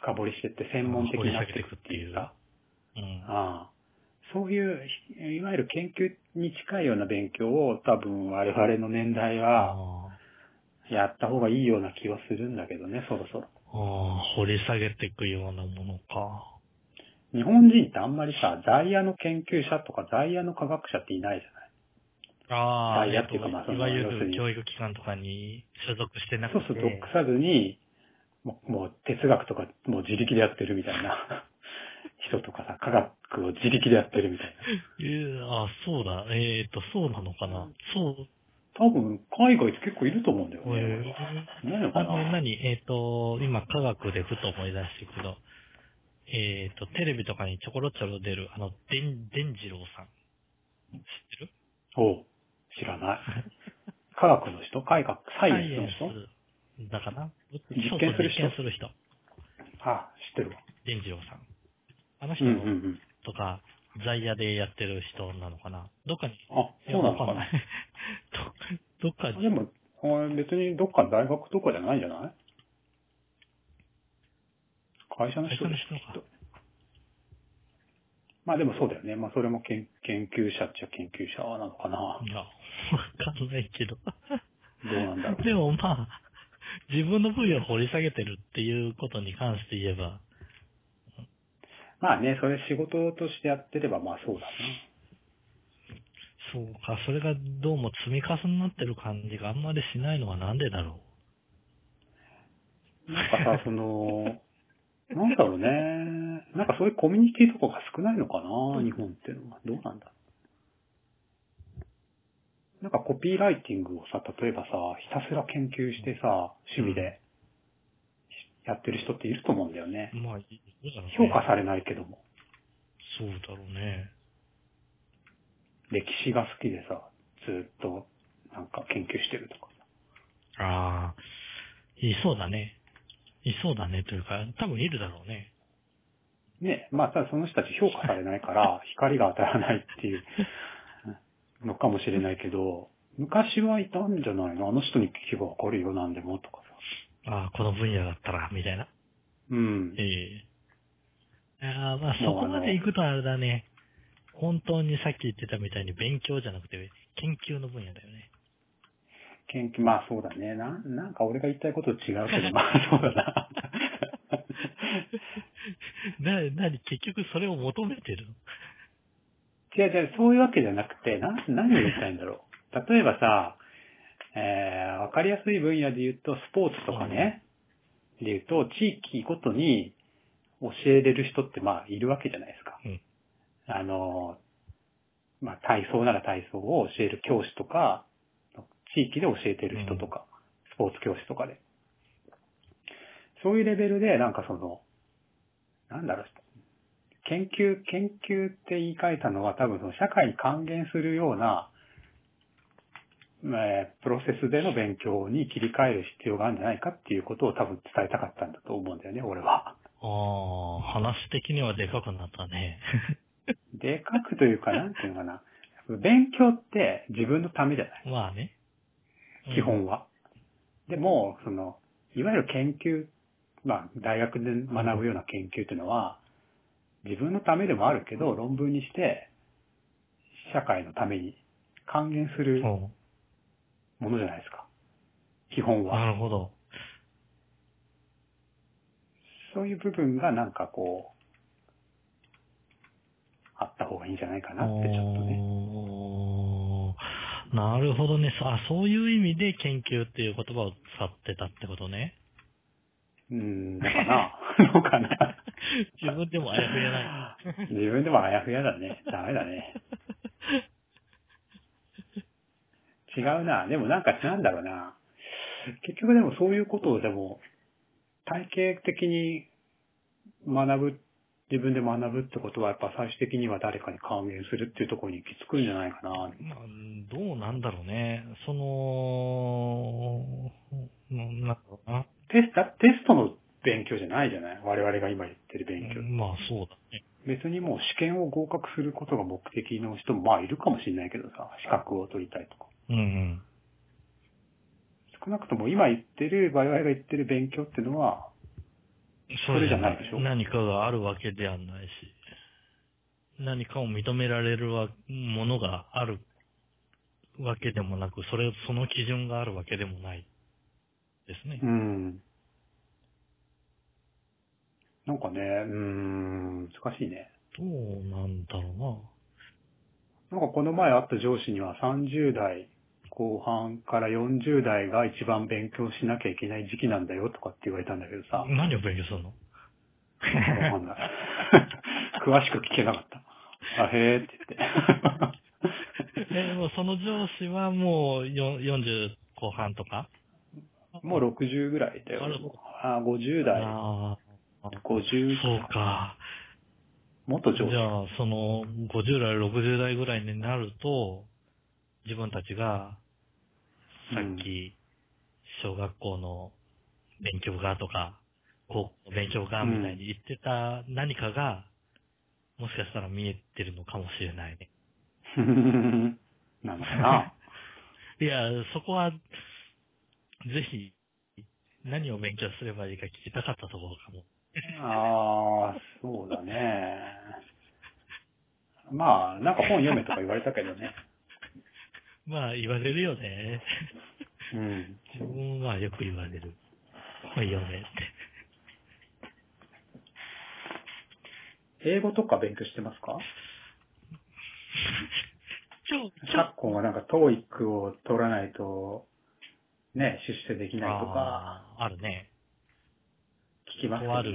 Speaker 1: 深掘りしてって専門的になっていくっていうか、
Speaker 2: うん。
Speaker 1: ああそういう、ひいわゆる研究に近いような勉強を多分我々の年代は
Speaker 2: あ
Speaker 1: やった方がいいような気はするんだけどね、そろそろ。
Speaker 2: あ、掘り下げていくようなものか。
Speaker 1: 日本人ってあんまりさ、在野の研究者とか在野の科学者っていないじゃない
Speaker 2: ああ、
Speaker 1: ダイヤっていうかまあその
Speaker 2: いわゆ
Speaker 1: 要する
Speaker 2: る
Speaker 1: に
Speaker 2: 教育機関とかに所属してなく
Speaker 1: そう
Speaker 2: て。
Speaker 1: そう、属さずに、もうもう哲学とかもう自力でやってるみたいな 人とかさ、科学を自力でやってるみたいな。
Speaker 2: えーああ、そうだ。えっ、と、そうなのかな。そう。
Speaker 1: 多分、海外って結構いると思うんだよ
Speaker 2: え
Speaker 1: ね。いないの
Speaker 2: あ
Speaker 1: か
Speaker 2: の、
Speaker 1: な
Speaker 2: 何えっ、と、今科学でふと思い出してるけど、えっ、と、テレビとかにちょころちょろ出る、あの、でん、でんじろうさん。知ってる
Speaker 1: おう知らない。科学の人科学、サイエンスの
Speaker 2: サイ
Speaker 1: 人
Speaker 2: エンスだかな
Speaker 1: 実験する人
Speaker 2: そうそう実験する人。
Speaker 1: あ、知ってるわ。
Speaker 2: でんじろうさん。あの
Speaker 1: う
Speaker 2: 人
Speaker 1: んうんうん。
Speaker 2: とか、在野でやってる人なのかなどっかに
Speaker 1: あ、
Speaker 2: いや
Speaker 1: そうなのか
Speaker 2: わ
Speaker 1: な。
Speaker 2: い どどっか
Speaker 1: で
Speaker 2: に、
Speaker 1: も、あ別にどっかの大学とかじゃないんじゃない会社の人
Speaker 2: 会社の
Speaker 1: で
Speaker 2: 人
Speaker 1: す
Speaker 2: か
Speaker 1: きっとまあでもそうだよね。まあそれも研研究者っちゃ研究者なのかな。
Speaker 2: いや、わかんないけど。
Speaker 1: どうなんだろう。
Speaker 2: でもまあ、自分の分野を掘り下げてるっていうことに関して言えば、
Speaker 1: まあね、それ仕事としてやってればまあそうだね。
Speaker 2: そうか、それがどうも積み重なってる感じがあんまりしないのはなんでだろ
Speaker 1: なんかさ、その、なんだろうね。なんかそういうコミュニティとかが少ないのかな、日本っていうのは。どうなんだなんかコピーライティングをさ、例えばさ、ひたすら研究してさ、趣味でやってる人っていると思うんだよね
Speaker 2: う。。まあ、いいだろうね
Speaker 1: 評価されないけども。
Speaker 2: そうだろうね。
Speaker 1: 歴史が好きでさ、ずっとなんか研究してるとか。
Speaker 2: ああ、いそうだね。いそうだねというか、多分いるだろうね。
Speaker 1: ね、まあただその人たち評価されない から、光が当たらないっていうのかもしれないけど、昔はいたんじゃないのあの人に聞けばわかるよ、なんでもとかさ。
Speaker 2: ああ、この分野だったら、みたいな。
Speaker 1: うん。
Speaker 2: ええああ、まあそ
Speaker 1: もうあの
Speaker 2: こまで行くとあれだね。本当にさっき言ってたみたいに勉強じゃなくて研究の分野だよね。
Speaker 1: 研究、まあそうだね。なん、なんか俺が言いたいことと違うけど、まあ そうだな。
Speaker 2: な、なに、結局それを求めてる
Speaker 1: 違う違う、そういうわけじゃなくて、な、何を言いたいんだろう。例えばさ、えー、わかりやすい分野で言うと、スポーツとかね、で言うと、地域ごとに教えれる人って、まあ、いるわけじゃないですか。
Speaker 2: うん
Speaker 1: あのー、まあ、体操なら体操を教える教師とか、地域で教えてる人とか、スポーツ教師とかで。そういうレベルで、なんかその、なんだろう、研究、研究って言い換えたのは多分その社会に還元するような、えープロセスでの勉強に切り替える必要があるんじゃないかっていうことを多分伝えたかったんだと思うんだよね、俺は。
Speaker 2: の。ああ、話的にはでかくなったね。
Speaker 1: でかくというか、なんていうのかな。勉強って自分のためじゃない
Speaker 2: まあね。うん
Speaker 1: 基。本は。でも、その、いわゆる研究、まあ、大学で学ぶような研究というのは、自分のためでもあるけど、論文にして、社会のために還元する
Speaker 2: うん
Speaker 1: ものじゃないですか。基本は。
Speaker 2: なるほど。
Speaker 1: そういう部分がなんかこう、あった方がいいんじゃないかなってちょっとね。
Speaker 2: おーなるほどね。あ、そういう意味で研究っていう言葉を使ってたってことね。
Speaker 1: うん、だかな。 そうかな。
Speaker 2: 自分でもあやふやない。
Speaker 1: 自分でもあやふやだね。ダメだね。違うな。でもなんか、なんだろうな。結局でもそういうことをでも、体系的に学ぶ、自分で学ぶってことはやっぱ最終的には誰かに還元するっていうところに行き着くんじゃないかな。
Speaker 2: まあ、どうなんだろうね。その、うんなんだろうな。
Speaker 1: テスト、テストの勉強じゃないじゃない我々が今言ってる勉強。
Speaker 2: まあそうだね。
Speaker 1: 別にもう試験を合格することが目的の人もまあいるかもしれないけどさ、資格を取りたいとか。
Speaker 2: うん
Speaker 1: 少なくとも今言ってる、我々が言ってる勉強ってのは、
Speaker 2: うん。
Speaker 1: それじゃないでしょ
Speaker 2: 何かがあるわけではないし。何かを認められるわものがあるわけでもなく、それ、その基準があるわけでもないですね。
Speaker 1: うん。なんかね、うーん、難しいね。
Speaker 2: どうなんだろ
Speaker 1: なんかこの前会った上司には30代後半から40代が一番勉強しなきゃいけない時期なんだよとかって言われたんだけど
Speaker 2: うな
Speaker 1: さ。。
Speaker 2: 何を勉強 するの
Speaker 1: わかんない。 詳しく聞けなかった。あ、へーって言って。
Speaker 2: え、もうその上司はもうよ40後半とか
Speaker 1: もう60ぐらいだよ
Speaker 2: あれ。
Speaker 1: あ、50代。
Speaker 2: ああ。
Speaker 1: 50
Speaker 2: そうか。
Speaker 1: 元上
Speaker 2: じ
Speaker 1: 司。
Speaker 2: ゃあ、その、50代、60代ぐらいになると、自分たちが、さっき、小学校の勉強がとか、高校の勉強がみたいに言ってた何かが、もしかしたら見えてるのかもしれないね。
Speaker 1: なのかな。
Speaker 2: いや、そこは、ぜひ、何を勉強すればいいか聞きたかったところかも。
Speaker 1: ああ、そうだね。まあ、なんか本読めとか言われたけどね。
Speaker 2: まあ、言われるよね。
Speaker 1: うん。
Speaker 2: 自分はよく言われる。本読めって。
Speaker 1: 英語とか勉強してますか
Speaker 2: 超、
Speaker 1: 昨今はなんか TOEIC を取らないと、ね、出世できないとか、
Speaker 2: あーあるね。
Speaker 1: 聞きますけど
Speaker 2: とあ
Speaker 1: ね。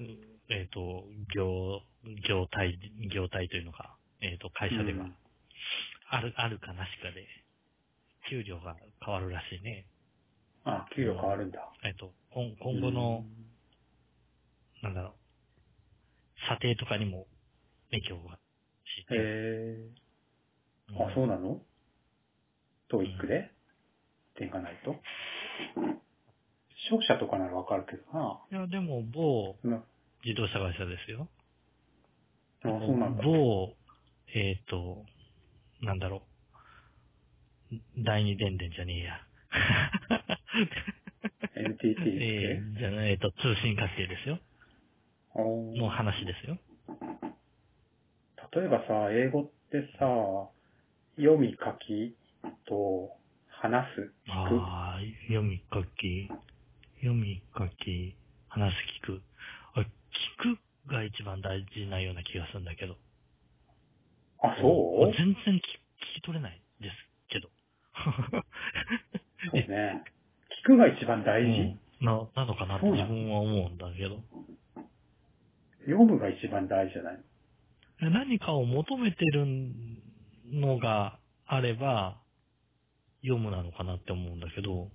Speaker 2: うんえっ、と、業、業態、業態というのか、えっ、と、会社では、
Speaker 1: うん
Speaker 2: ある、あるかなしかで、給料が変わるらしいね。
Speaker 1: あ、給料変わるんだ。
Speaker 2: えっ、と、今今後の、なんだろう、査定とかにも影響がし
Speaker 1: うん。
Speaker 2: て
Speaker 1: へえ
Speaker 2: うん
Speaker 1: あ、そうなの ?TOEIC で点がないと商社とかならわかるけどな。
Speaker 2: いや、でも、某
Speaker 1: うんあ、
Speaker 2: 自動車会社ですよ。
Speaker 1: そうなんだ。
Speaker 2: 某、えっ、と、なんだろう。第二電電じゃねえや。
Speaker 1: NTT って。
Speaker 2: えーじゃない、えっ、と、通信課程ですよ。
Speaker 1: おー
Speaker 2: の話ですよ。
Speaker 1: 例えばさ、英語ってさ、読み書きと話す、聞
Speaker 2: ああ、読み書き、読み書き、話聞く。あ聞くが一番大事なような気がするんだけど。
Speaker 1: く。あ、そう
Speaker 2: 全然聞聞き取れないですけど。
Speaker 1: そうね。聞くが一番大
Speaker 2: う
Speaker 1: 事、
Speaker 2: んな、なのかなって
Speaker 1: そう
Speaker 2: 自
Speaker 1: なの
Speaker 2: 分は思うんだけど。
Speaker 1: 読むが一番大事じゃないの
Speaker 2: 何かを求めてるのがあれば、読むなのかなって思うんだけど、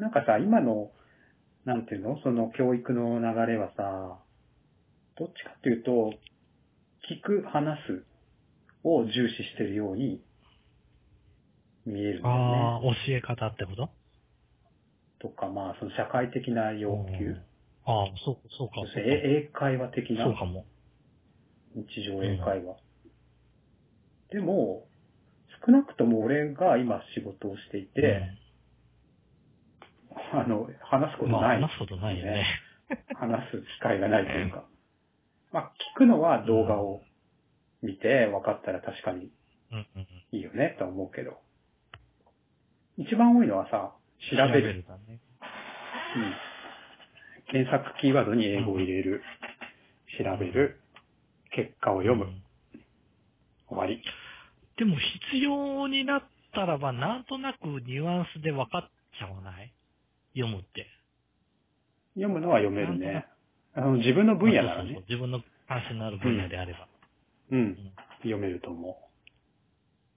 Speaker 1: なんかさ、今の、なんていうのその教育の流れはさ、どっちかっていうと、聞く、話すを重視してるように見えるんだ
Speaker 2: ああ
Speaker 1: よね。、
Speaker 2: 教え方ってこと
Speaker 1: とか、まあ、その社会的な要求。
Speaker 2: ああ、そう、そうか
Speaker 1: そ、して
Speaker 2: そうか。
Speaker 1: え英会話的な
Speaker 2: そうかも。
Speaker 1: 日常英会話。でも、少なくとも俺が今仕事をしていて、あの、話すこ
Speaker 2: うん、
Speaker 1: と
Speaker 2: まあ
Speaker 1: ない。
Speaker 2: 話すことないよね。
Speaker 1: 話す機会がないというか。まあ、聞くのは動画を見て分かったら確かに
Speaker 2: うんうん
Speaker 1: いいよねと思うけど。一番多いのはさ、調べる。
Speaker 2: だね。
Speaker 1: うん、検索キーワードに英語を入れる。調べる。結果を読む。
Speaker 2: うん
Speaker 1: 終わり。
Speaker 2: でも必要になったらば、なんとなくニュアンスで分かっちゃわない読むって。
Speaker 1: 読むのは読めるね。あの自分の分野なら
Speaker 2: そうそうそう
Speaker 1: ね。
Speaker 2: 自分の関心のある分野であれば。
Speaker 1: うん。読めると思う。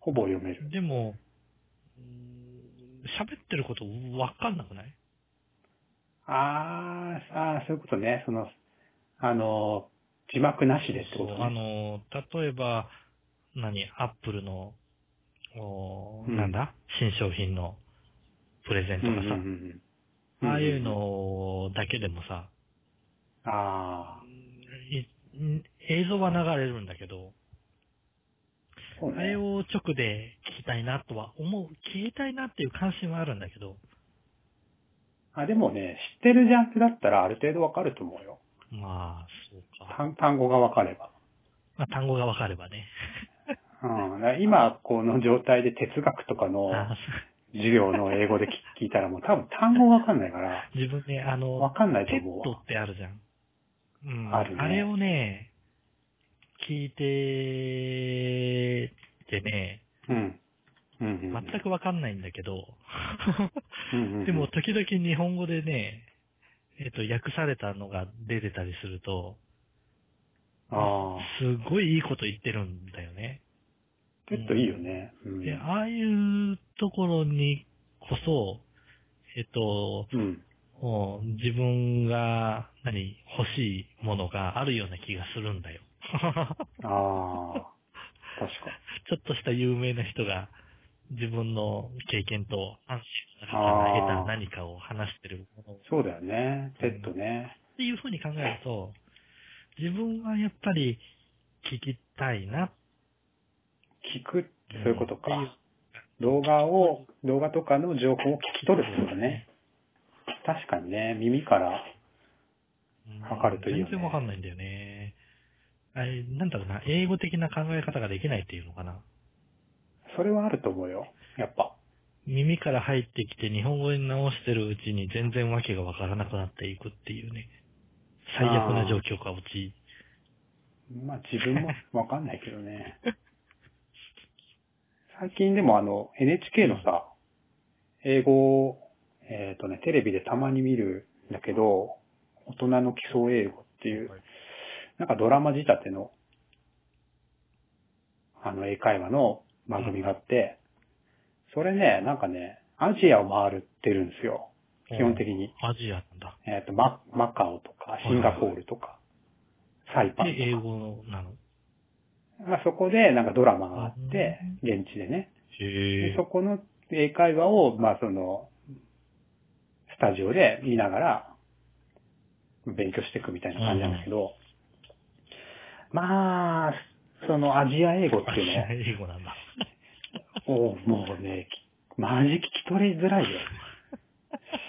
Speaker 1: ほぼ読める。
Speaker 2: でも、うーん喋ってることわかんなくない
Speaker 1: あー、あーそういうことね。その、あの、字幕なしでってことね。
Speaker 2: あの、例えば、何、アップルの、おー
Speaker 1: うん
Speaker 2: なんだ新商品のプレゼント
Speaker 1: うん
Speaker 2: が
Speaker 1: うん
Speaker 2: さ、
Speaker 1: うんうん
Speaker 2: ああいう。のだけでもさ、
Speaker 1: ああ、
Speaker 2: いん映像は流れるんだけど、
Speaker 1: そう
Speaker 2: あれ
Speaker 1: ね。
Speaker 2: を直で聞きたいなとは思う、聞きたいなっていう関心はあるんだけど、
Speaker 1: あ、でもね、知ってるジャンルだったらある程度わかると思うよ。
Speaker 2: まあ、そうか。
Speaker 1: 単単語がわかれば。
Speaker 2: まあ、単語がわかればね。
Speaker 1: うん、だから今、この状態で哲学とかの
Speaker 2: あ
Speaker 1: 授業の英語で聞 聞いたらもう多分単語わかんないから、
Speaker 2: 自分ね、あの
Speaker 1: わ、かんないと
Speaker 2: ペ
Speaker 1: 思
Speaker 2: ッ
Speaker 1: う
Speaker 2: ト
Speaker 1: わ。
Speaker 2: ってあるじゃん。うん。
Speaker 1: あるね
Speaker 2: れをね、聞いててね、
Speaker 1: うん。うんうんうん。
Speaker 2: 全くわかんないんだけど、
Speaker 1: うんうんうん
Speaker 2: でも、時々日本語でね、えっ、と、訳されたのが出てたりすると、
Speaker 1: ああ、
Speaker 2: すごいいいこと言ってるんだよね。
Speaker 1: ペットいいよね。うん。
Speaker 2: で、ああいうところにこそ、えっ、と、
Speaker 1: うん。
Speaker 2: もう自分が何欲しいものがあるような気がするんだよ。
Speaker 1: ああ、確か。
Speaker 2: ちょっとした有名な人が自分の経験と安心から得
Speaker 1: あ
Speaker 2: た
Speaker 1: ー
Speaker 2: 何かを話してるものっ
Speaker 1: そうだよね。ペットね。
Speaker 2: ていうふうに考えると、自分はやっぱり聞きたいな。
Speaker 1: 聞くってそういうこと
Speaker 2: うんって
Speaker 1: か。動画を、動画とかの情報を聞き取るってことね。確かにね、耳から。
Speaker 2: うん
Speaker 1: わかるといいよね
Speaker 2: 全然わかんないんだよね。あれ、なんだろうな、英語的な考え方ができないっていうのかな。
Speaker 1: それはあると思うよ。やっぱ。
Speaker 2: 耳から入ってきて日本語に直してるうちに全然わけがわからなくなっていくっていうね。最悪な状況が陥
Speaker 1: まあ自分もわかんないけど ね。最近でもあの、NHK のさ、英語を、えっ、とね、テレビでたまに見るんだけど、大人の基礎英語っていう
Speaker 2: はい、
Speaker 1: なんかドラマ仕立ての、あの、英会話の番組があって、それね、なんかね、アジアを回ってるんですよ。基本的に。
Speaker 2: アジアなんだ。
Speaker 1: えっ、と、マ、マカオとか、シンガポールとか、サイパンとか
Speaker 2: で、。英語なの。
Speaker 1: まあ、そこでなんかドラマがあって、現地でね。
Speaker 2: へ
Speaker 1: でそこの英会話を、まあその、スタジオで見ながら勉強していくみたいな感じなんだけど、まあ、そのアジア英語っていうのは
Speaker 2: 英語なんだ。
Speaker 1: おうもうね、きマジ聞き取りづ らいよ。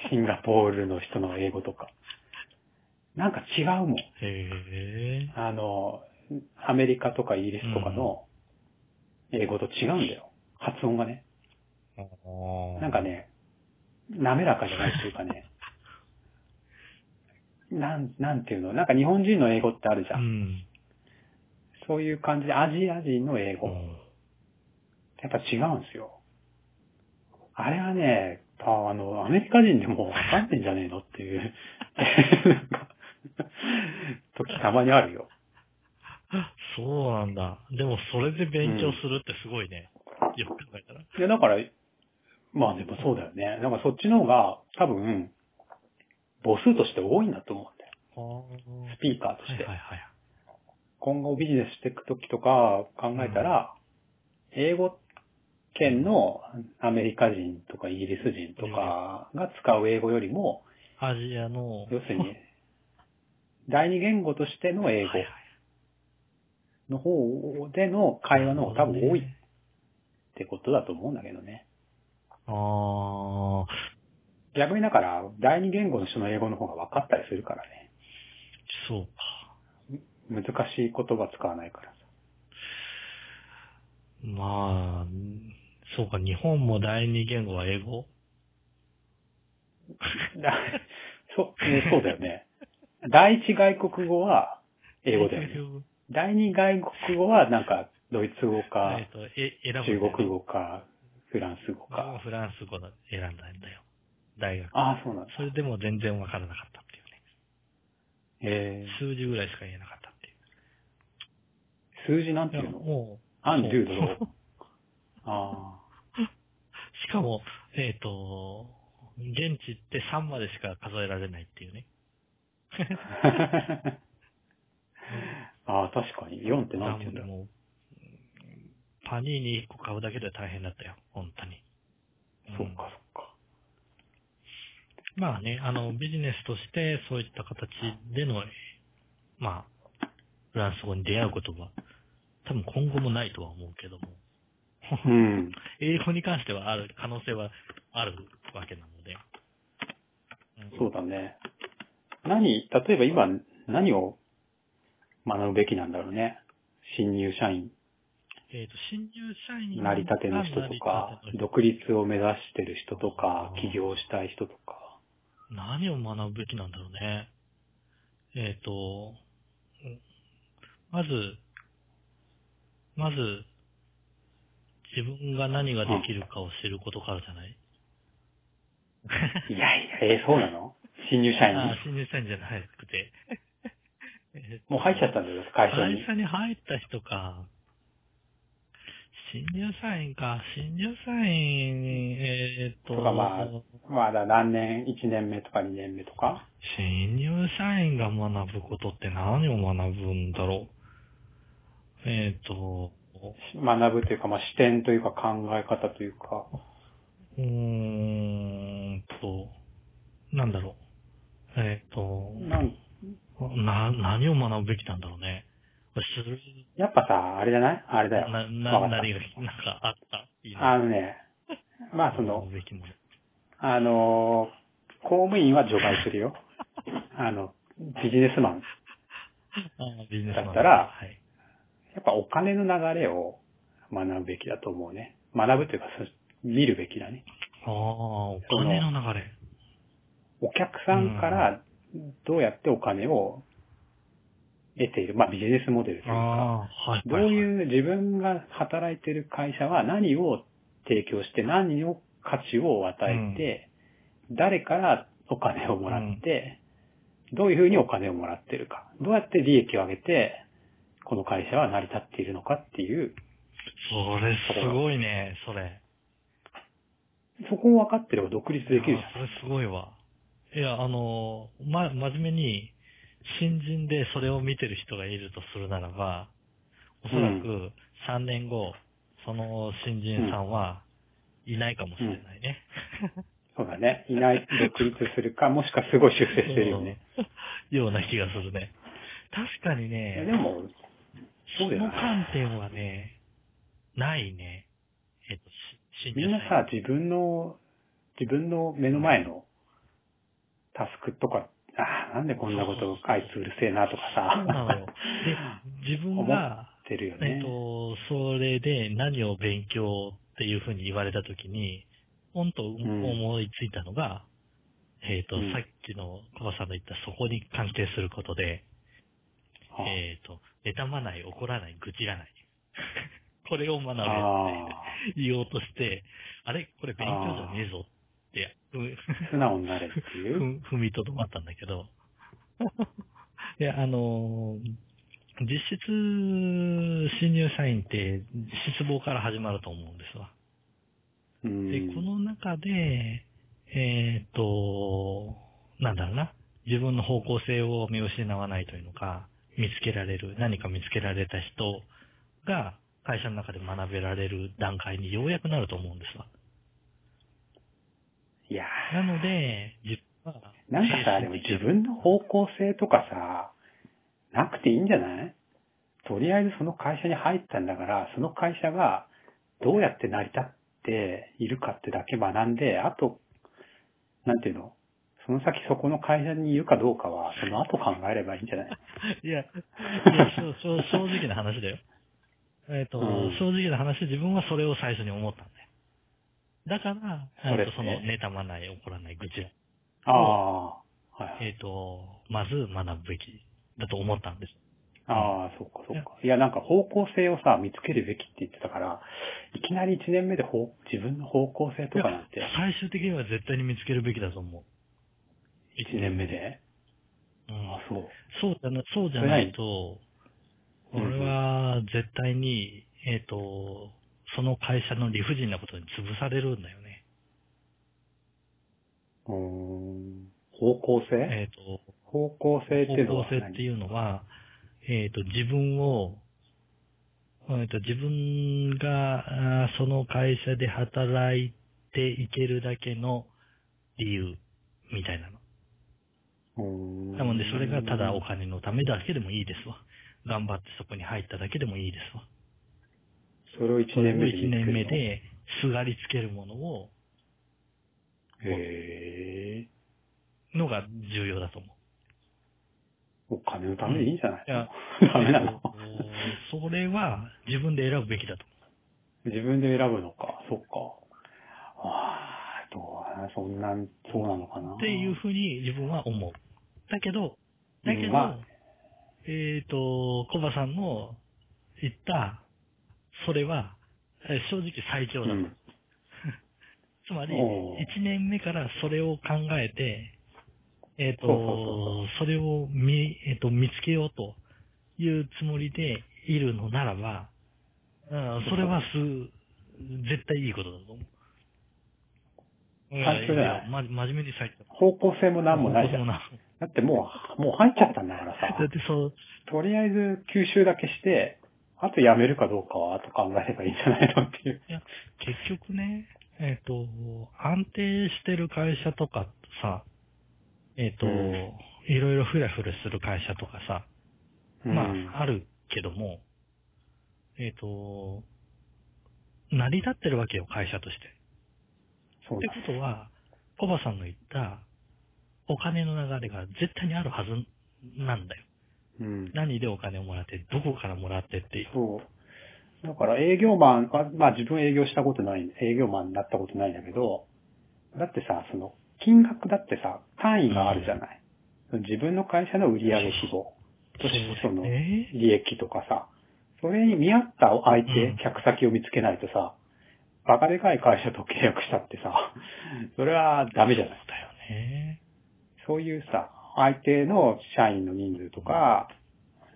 Speaker 1: シンガポールの人の英語とか。なんか違うもん。
Speaker 2: へえ。
Speaker 1: あの、アメリカとかイギリスとかの英語と違うんだよ。発音がね。なんか、ね、滑らかじゃないというかね。 なん、なんていうのなんか日本人の英語ってあるじ
Speaker 2: う
Speaker 1: ゃん。
Speaker 2: ん。
Speaker 1: そういう感じでアジア人の英
Speaker 2: う
Speaker 1: 語。
Speaker 2: ん
Speaker 1: やっぱ違うんですよ。あれはね、ああの、アメリカ人でもわかんねえんじゃねえのっていう、なんか時たまにあるよ。
Speaker 2: そうなんだ。でも、それで勉強するってすごいね。よく考えたら。
Speaker 1: いや、だから、まあでもそうだよね。なんかそっちの方が多分、母数として多いんだと思うんだよ。
Speaker 2: は
Speaker 1: スピーカーと
Speaker 2: い
Speaker 1: して。
Speaker 2: はいはい。
Speaker 1: 今後ビジネスしていくときとか考えたら、英語圏のアメリカ人とかイギリス人とかが使う英語よりも、
Speaker 2: アジアの、
Speaker 1: 要する に、第二言語としての英語
Speaker 2: はいはい
Speaker 1: の方での会話の方が多分多いってことだと思うんだけどね。
Speaker 2: ああ、
Speaker 1: 逆にだから、第二言語の人の英語の方が分かったりするからね。
Speaker 2: そうか。
Speaker 1: 難しい言葉使わないからさ。
Speaker 2: まあ、そうか、日本も第二言語は英語
Speaker 1: だ そう、ねそうだよね。第一外国語は英語だよね。
Speaker 2: ね。
Speaker 1: 第二外国語はなんか、ドイツ語か
Speaker 2: えっ、と、え、選ぶんだよね。
Speaker 1: 中国語か、フランス語
Speaker 2: 僕も
Speaker 1: か。
Speaker 2: フランス語の選んだんだよ。大学。
Speaker 1: ああ、そうなんだ。
Speaker 2: それでも全然わからなかったっていう
Speaker 1: え
Speaker 2: ね。数字ぐらいしか言えなかったっていう
Speaker 1: ー、数字なんてい。
Speaker 2: いうや、
Speaker 1: の
Speaker 2: も
Speaker 1: アンドゥード
Speaker 2: そう
Speaker 1: ロあ
Speaker 2: う、しかも、えっ、と、現地って3までしか数えられないっていうね。
Speaker 1: あ。ああ、確かに。4ってなんて言うんだ
Speaker 2: で
Speaker 1: ろう。
Speaker 2: もう、パニーニ1個買うだけで大変だったよ。本当に。
Speaker 1: そうんか、そっか。
Speaker 2: まあね、あの、ビジネスとして、そういった形での、まあ、フランス語に出会うことは、多分今後もないとは思うけども、
Speaker 1: うん。
Speaker 2: 英語に関してはある、可能性はあるわけなので。うん
Speaker 1: そうだね。何、例えば今、何を学ぶべきなんだろうね。新入社員、
Speaker 2: えっ、と、新入社員
Speaker 1: なりたての人とか、独立を目指してる人とか、起業したい人とか。
Speaker 2: 何を学ぶべきなんだろうね。えっ、と、まず、まず、自分が何ができるかを知ることからじゃない、
Speaker 1: いやいや、えーそうなの新入社員
Speaker 2: ああ、新入社員じゃなくて。 え
Speaker 1: もう入っちゃったんだよ、会社に
Speaker 2: 会。社に入った人か。新入社員か。新入社員、えーっと。
Speaker 1: とかまあ、まだ何年、1年目とか2年目とか。
Speaker 2: 新入社員が学ぶことって何を学ぶんだろう。えっ、と、
Speaker 1: 学ぶというか、まあ視点というか考え方というか。
Speaker 2: うーんと、なんだろう。えっ、と、
Speaker 1: なん
Speaker 2: な、何を学ぶべきなんだろうね。知る、
Speaker 1: やっぱさ、あれじゃないあれだよ。
Speaker 2: な、
Speaker 1: わ
Speaker 2: な、
Speaker 1: かった
Speaker 2: 何が、なんかあった。いいね
Speaker 1: あのね、まあその
Speaker 2: 学、ぶべきもの
Speaker 1: あのー公務員は除外するよ。あの、ビジネスマン。
Speaker 2: あビジネスマン
Speaker 1: だったら
Speaker 2: はい。
Speaker 1: やっぱお金の流れを学ぶべきだと思うね。学ぶというか、そう見るべきだね。
Speaker 2: ああ、お金の流れ。
Speaker 1: お客さんからどうやってお金を得ている。まあビジネスモデルというか、
Speaker 2: ああ、はい。
Speaker 1: どう
Speaker 2: う、
Speaker 1: いう自分が働いている会社は何を提供して何を価値を与えて、誰からお金をもらって、どういうふうにお金をもらっているか、どうやって利益を上げて、この会社は成り立っているのかっていう、
Speaker 2: それすごいね、それ。
Speaker 1: そこを分かってれば独立できるじ
Speaker 2: あそれすごいわ。いや、あの、ま、真面目に、新人でそれを見てる人がいるとするならば、おそら
Speaker 1: う
Speaker 2: く3年後、その新人さんはいないかもしれないね。
Speaker 1: ゃん。そうだね。いない独立するか、もしくはすごい出世してるよね。
Speaker 2: うん。 ような気がするね。確かに
Speaker 1: で
Speaker 2: ね、
Speaker 1: も、そうだよ
Speaker 2: の
Speaker 1: ね
Speaker 2: 観点はね、ないね。えっと、し新
Speaker 1: みんなさ、自分の、自分の目の前のタスクとか、ああ、なんでこんなことあいつうるせえなとか
Speaker 2: そう なのよ。
Speaker 1: さ、
Speaker 2: で、自分が、
Speaker 1: 出るよ
Speaker 2: えっ
Speaker 1: ね。
Speaker 2: と、それで何を勉強っていうふうに言われたときに、ポンと
Speaker 1: ん
Speaker 2: 思いついたのが、えっと、
Speaker 1: うん
Speaker 2: さっきのコバさんの言ったそこに関係することで、
Speaker 1: あ
Speaker 2: えっと、妬まない、怒らない、愚痴らない。 これを学べ
Speaker 1: あ
Speaker 2: って言おうとして、あれこれ勉強じゃねえぞって、
Speaker 1: ー、素直になれって
Speaker 2: ふ
Speaker 1: いう。
Speaker 2: ん、踏みとどまったんだ けど。いや、あのー実質、新入社員って失望から始まると思うんですわ。
Speaker 1: う
Speaker 2: で、
Speaker 1: ん
Speaker 2: この中で、えーっと、なんだろうな。自分の方向性を見失わないというのか、見つけられる、何か見つけられた人が会社の中で学べられる段階にようやくなると思うんですわ。
Speaker 1: いや
Speaker 2: なので、自分は、
Speaker 1: ー、なんかさ、でも自分の方向性とかさ、なくていいんじゃないとりあえずその会社に入ったんだから、その会社がどうやって成り立っているかってだけ学んで、あと、なんていうのその先そこの会社にいるかどうかは、その後考えればいいんじゃない
Speaker 2: いや、いやそう そう正直な話だよ。えっ、と、
Speaker 1: うん
Speaker 2: 正直な話、自分はそれを最初に思ったんだよ。だから、
Speaker 1: それって
Speaker 2: えっ、と、その、妬まない、怒らない、愚痴らない
Speaker 1: ああ、はいはい。
Speaker 2: えっ、と、まず学ぶべきだと思ったんです。
Speaker 1: ああ、そうかそうか。いや、なんか方向性をさ、見つけるべきって言ってたから、いきなり1年目で方自分の方向性とかなんて
Speaker 2: いや、最終的には絶対に見つけるべきだと思う。
Speaker 1: 1年目で
Speaker 2: うん
Speaker 1: あ、そう。
Speaker 2: そうじゃなそうじゃないと、
Speaker 1: うん
Speaker 2: 俺は絶対に、えっ、と、その会社の理不尽なことに潰されるんだよね。
Speaker 1: うーん方向性
Speaker 2: えっ、と、
Speaker 1: 方向性っていうの
Speaker 2: 方
Speaker 1: は
Speaker 2: 向性
Speaker 1: 何
Speaker 2: っていうのは、えっ、と、自分を、えーと自分があーその会社で働いていけるだけの理由みたいなの。
Speaker 1: うーん
Speaker 2: なので、それがただお金のためだけでもいいですわ。頑張ってそこに入っただけでもいいですわ。
Speaker 1: それを1
Speaker 2: それ
Speaker 1: 年
Speaker 2: を
Speaker 1: 目で。
Speaker 2: 1年目。で、すがりつけるものを、
Speaker 1: へえ。
Speaker 2: のが重要だと思う。
Speaker 1: お金のためでいいんじゃない
Speaker 2: いや
Speaker 1: ダメなの
Speaker 2: えっとそれは自分で選ぶべきだと
Speaker 1: 自分で選ぶのか、そっか。ああ、どうな、そんな、そうなのかな。
Speaker 2: 思う。っていうふうに自分は思う。だけど、だけ
Speaker 1: うん
Speaker 2: ど、
Speaker 1: ま
Speaker 2: えっ、と、コバさんの言った、それは、えー正直最強
Speaker 1: う
Speaker 2: だと。
Speaker 1: ん。
Speaker 2: つまり、
Speaker 1: おー
Speaker 2: 1年目からそれを考えて、えっ、と
Speaker 1: そうそう
Speaker 2: それを見、えっ、と、見つけようというつもりでいるのならば、うん、それはす、絶対いいことだと思う。
Speaker 1: 最強だよ
Speaker 2: いやま、真面目に最強。
Speaker 1: 方向性もなんもないじゃ
Speaker 2: そ
Speaker 1: ん。
Speaker 2: う
Speaker 1: だ
Speaker 2: な
Speaker 1: ってもう、もう入っちゃったんだから
Speaker 2: だっ
Speaker 1: さ、
Speaker 2: てそう、
Speaker 1: とりあえず吸収だけして、あとやめるかどうかは後考えればいいんじゃないのっていう。
Speaker 2: 結局ね、えっ、と、安定してる会社とかさ、えっ、と、
Speaker 1: うん
Speaker 2: いろいろフラフラする会社とかさ、ま
Speaker 1: うん
Speaker 2: あ、あるけども、えっ、と、成り立ってるわけよ、会社として。
Speaker 1: そう
Speaker 2: って
Speaker 1: だ。
Speaker 2: ことは、コバさんの言った、お金の流れが絶対にあるはずなんだよ。
Speaker 1: うん。
Speaker 2: 何でお金をもらって、どこからもらってっていう。
Speaker 1: そう。だから営業マン、あまあ自分営業したことない、営業マンになったことないんだけど、だってさ、その、金額だってさ、単位があるじゃない。自分の会社の売上規模、そしてその、
Speaker 2: ね
Speaker 1: 利益とかさ、それに見合った相手、
Speaker 2: うん
Speaker 1: 客先を見つけないとさ、バカでかい会社と契約したってさ、それはダメじゃない。
Speaker 2: だよね。
Speaker 1: そういうさ、相手の社員の人数とか、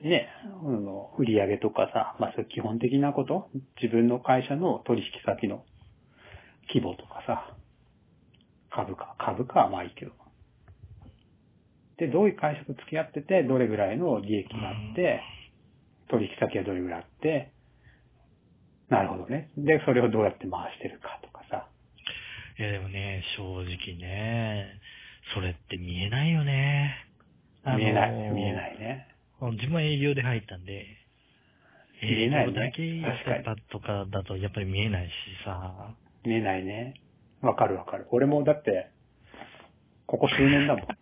Speaker 1: ね、あの売り上げとかさ、まあそういう基本的なこと、自分の会社の取引先の規模とかさ、株価、株価はまあいいけど。で、どういう会社と付き合ってて、どれぐらいの利益があって、取引先はどれぐらいあって、なるほどね。で、それをどうやって回してるかとかさ。
Speaker 2: いやでもね、正直ね、それって見えないよね。あのー
Speaker 1: 見えない、見えないね。
Speaker 2: 自分は営業で入ったんで、
Speaker 1: 見えないね
Speaker 2: だけやってたとかだとやっぱり見えないしさ、
Speaker 1: 見えないね。わかるわかる。俺もだって、ここ数年だもん。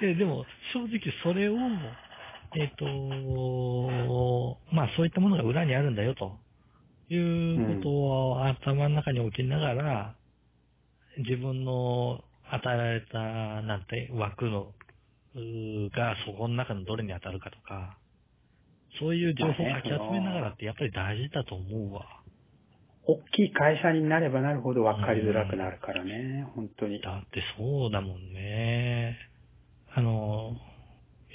Speaker 2: ででも、正直それを、えっ、と、まあそういったものが裏にあるんだよと、いうことを頭の中に置きながら、自分の与えられた、なんて、枠の、うーがそこの中のどれに当たるかとか、そういう情報をかき集めながらってやっぱり大事だと思うわ。
Speaker 1: 大きい会社になればなるほどわかりづらくなるからね、本当に。
Speaker 2: だってそうだもんね。あの、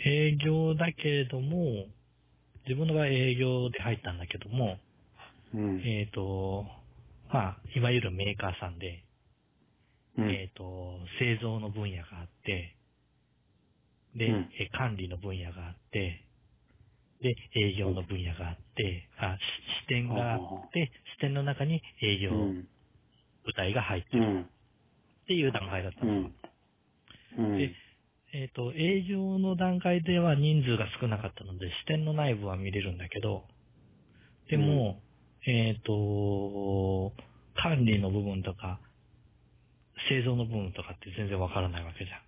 Speaker 2: 営業だけれども、自分の場合営業で入ったんだけども、
Speaker 1: うん。
Speaker 2: えっ、と、まあ、いわゆるメーカーさんで、
Speaker 1: うん。
Speaker 2: えっ、と、製造の分野があって、で、
Speaker 1: うん
Speaker 2: え管理の分野があって、で、営業の分野があって、あ、し支店があって、支店の中に営業
Speaker 1: う
Speaker 2: 部
Speaker 1: ん。
Speaker 2: 隊が入って
Speaker 1: う
Speaker 2: る
Speaker 1: ん。
Speaker 2: っていう段階だった
Speaker 1: う
Speaker 2: の
Speaker 1: ん。うん。
Speaker 2: えっ、と、営業の段階では人数が少なかったので、支店の内部は見れるんだけど、でも、えっ、と、管理の部分とか、製造の部分とかって全然わからないわけじゃん。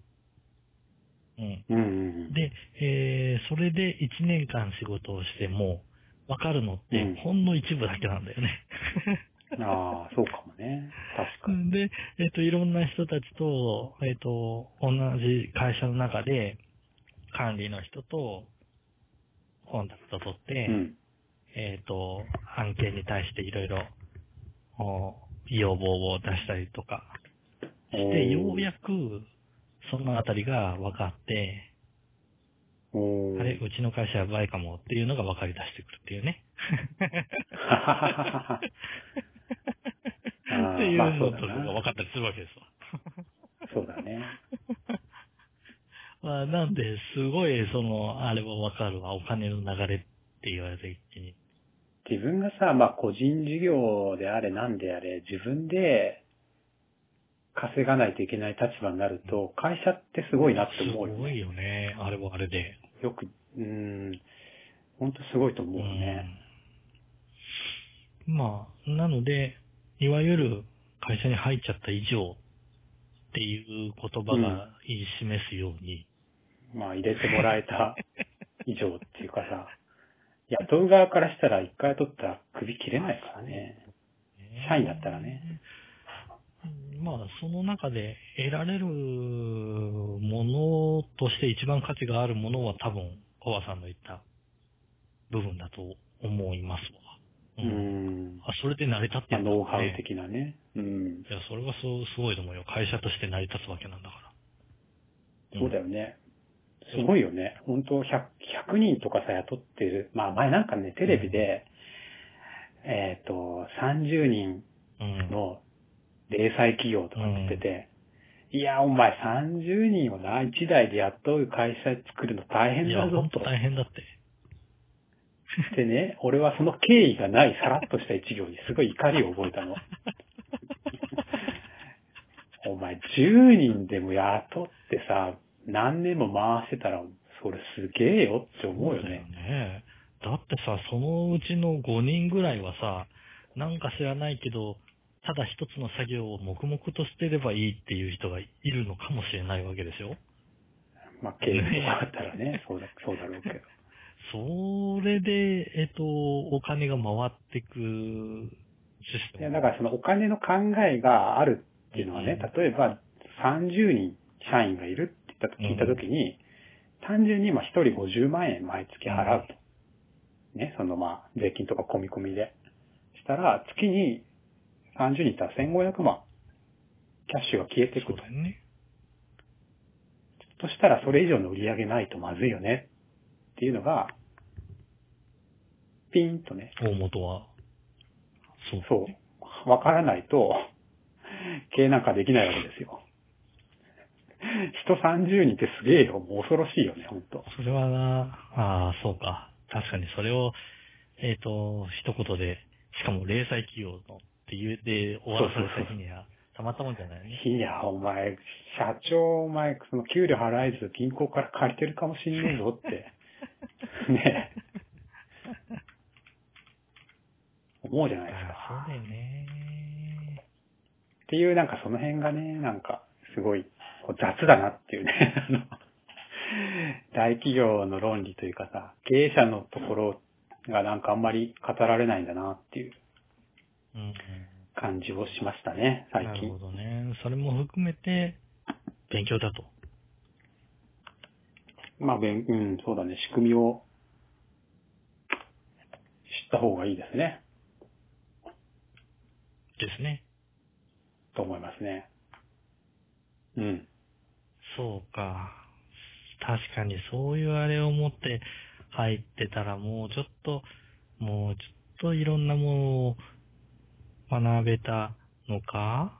Speaker 2: うん。
Speaker 1: うん。うん。
Speaker 2: で、えーそれで1年間仕事をしても、わかるのっ
Speaker 1: うん
Speaker 2: て、ほんの一部だけなんだよね。
Speaker 1: ああ、そうかもね。確かに。
Speaker 2: で、えっ、と、いろんな人たちと、えっ、と、同じ会社の中で、管理の人と、コンタクト取って、
Speaker 1: うん。
Speaker 2: えっ、と、案件に対していろいろ、お要望を出したりとかして、ようやく、そのあたりが分かって、
Speaker 1: おー
Speaker 2: あれ、うちの会社やばいかもっていうのが分かり出してくるっていうね。
Speaker 1: あー
Speaker 2: っていう
Speaker 1: まあそ
Speaker 2: の
Speaker 1: うだ
Speaker 2: とかが
Speaker 1: な
Speaker 2: 分。かったりするわけですわ。
Speaker 1: そうだね。
Speaker 2: まあ、なんで、すごい、その、あれはわかるわ。お金の流れって言われて一気に。
Speaker 1: 自分がさ、まあ個人事業であれなんであれ、自分で稼がないといけない立場になると、会社ってすごいなって思うよ
Speaker 2: すご
Speaker 1: ね。
Speaker 2: いよね。あれはあれで。
Speaker 1: よく、うーん、ほんとすごいと思うよね。
Speaker 2: うんまあ、なので、いわゆる会社に入っちゃった以上っていう言葉が言い示すように、
Speaker 1: まあ入れてもらえた以上っていうかさ、雇う側からしたら一回取ったら首切れないからね。社員だったらね。
Speaker 2: まあ、その中で得られるものとして一番価値があるものは多分、コバさんの言った部分だと思いますわ。
Speaker 1: うん。
Speaker 2: あ、それで成り立って
Speaker 1: まあ、
Speaker 2: んだね
Speaker 1: ノウハウ的なね。うん。
Speaker 2: いや、それはそう、すごいと思うよ。会社として成り立つわけなんだから。
Speaker 1: そうだよね。すごいよね。本当百100、100人とかさ、雇ってる。まあ前なんかね、テレビで、えっ、と、30人
Speaker 2: うん。
Speaker 1: の零細企業とか言ってて、いや、お前30人をな、1台で雇う会社作るの大変
Speaker 2: いや、
Speaker 1: だ
Speaker 2: ほ
Speaker 1: ぞ
Speaker 2: んと
Speaker 1: と。
Speaker 2: 大変だって。
Speaker 1: でね、俺はその経緯がないさらっとした一行にすごい怒りを覚えたの。お前10人でも雇ってさ、何年も回してたら、それすげえよって思うよ
Speaker 2: だよ
Speaker 1: ね。
Speaker 2: ね。だってさ、そのうちの5人ぐらいはさ、なんか知らないけど、ただ一つの作業を黙々としてればいいっていう人がいるのかもしれないわけでしょ
Speaker 1: まあ経緯とかあったらね、そうだ、そうだろうけど。
Speaker 2: それで、えっと、お金が回ってくシス
Speaker 1: い
Speaker 2: テ
Speaker 1: や、
Speaker 2: ム。
Speaker 1: だからそのお金の考えがあるっていうのはね、例えば30人社員がいるって言った聞いたときに、単純にまあ1人50万円毎月払うと。ね、そのまあ税金とか込み込みで。したら、月に30人いたら1500万、キャッシュが消えてい
Speaker 2: そ
Speaker 1: く
Speaker 2: う
Speaker 1: と
Speaker 2: だ。よね。
Speaker 1: そしたらそれ以上の売り上げないとまずいよねっていうのが、ピンとね、
Speaker 2: 大元は。そう。
Speaker 1: そう。わからないと、経営なんかできないわけですよ。人30人ってすげえよ。もう恐ろしいよね、ほんと。
Speaker 2: それはな、ああ、そうか。確かにそれを、えっ、と、一言で、しかも零細企業のって言うで終わらされた日には、たまったもんじゃないよね。
Speaker 1: いや、お前、社長、お前、その給料払えず銀行から借りてるかもしんねえぞって。ねえ。思うじゃないですか。
Speaker 2: ああ、そうだよね。
Speaker 1: っていう、なんかその辺がね、なんか、すごい、こう雑だなっていうね、 あの大企業の論理というかさ、経営者のところがなんかあんまり語られないんだなっていう
Speaker 2: うんうん。
Speaker 1: 感じをしましたね、最
Speaker 2: なるほ
Speaker 1: 近。
Speaker 2: どね。それも含めて、勉強だと。
Speaker 1: まあ、べんうん、そうだね、仕組みを知った方がいいですね、
Speaker 2: ですね。
Speaker 1: と思いますね。うん。
Speaker 2: そうか。確かにそういうあれを持って入ってたらもうちょっと、もうちょっといろんなものを学べたのか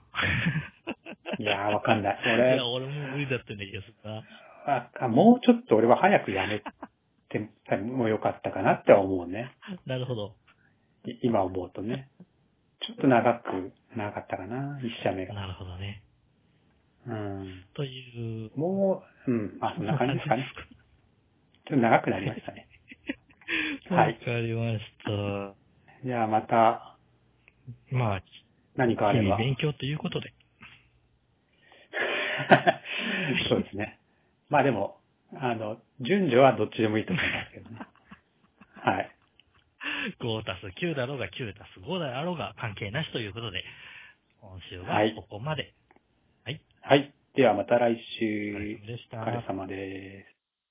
Speaker 1: いやー、わかんない。
Speaker 2: い
Speaker 1: 俺
Speaker 2: や、、俺も無理だってね、気がするな。
Speaker 1: ああもうちょっと俺は早くやめてもよかったかなって思うね。
Speaker 2: なるほど。
Speaker 1: い今思うとね。ちょっと長く、長かったかな、一社目が。
Speaker 2: なるほどね。
Speaker 1: うん。
Speaker 2: という。
Speaker 1: もう、うん、まあそんな感じですか ね。ちょっと長くなりましたね。は
Speaker 2: はいい。わかりました。
Speaker 1: じゃあまた
Speaker 2: ま
Speaker 1: 何か
Speaker 2: あ、
Speaker 1: あ
Speaker 2: 日
Speaker 1: れば
Speaker 2: 々。勉強ということで。
Speaker 1: そうですね。まあでも、あの、順序はどっちでもいいと思いますけどね。はい。
Speaker 2: 5足す9だろうが9足す5だろうが関係なしということで、今週ははいここまで。
Speaker 1: はい。ではまた来
Speaker 2: お疲
Speaker 1: 週。
Speaker 2: れ様でし
Speaker 1: お
Speaker 2: た。
Speaker 1: 疲れ様です。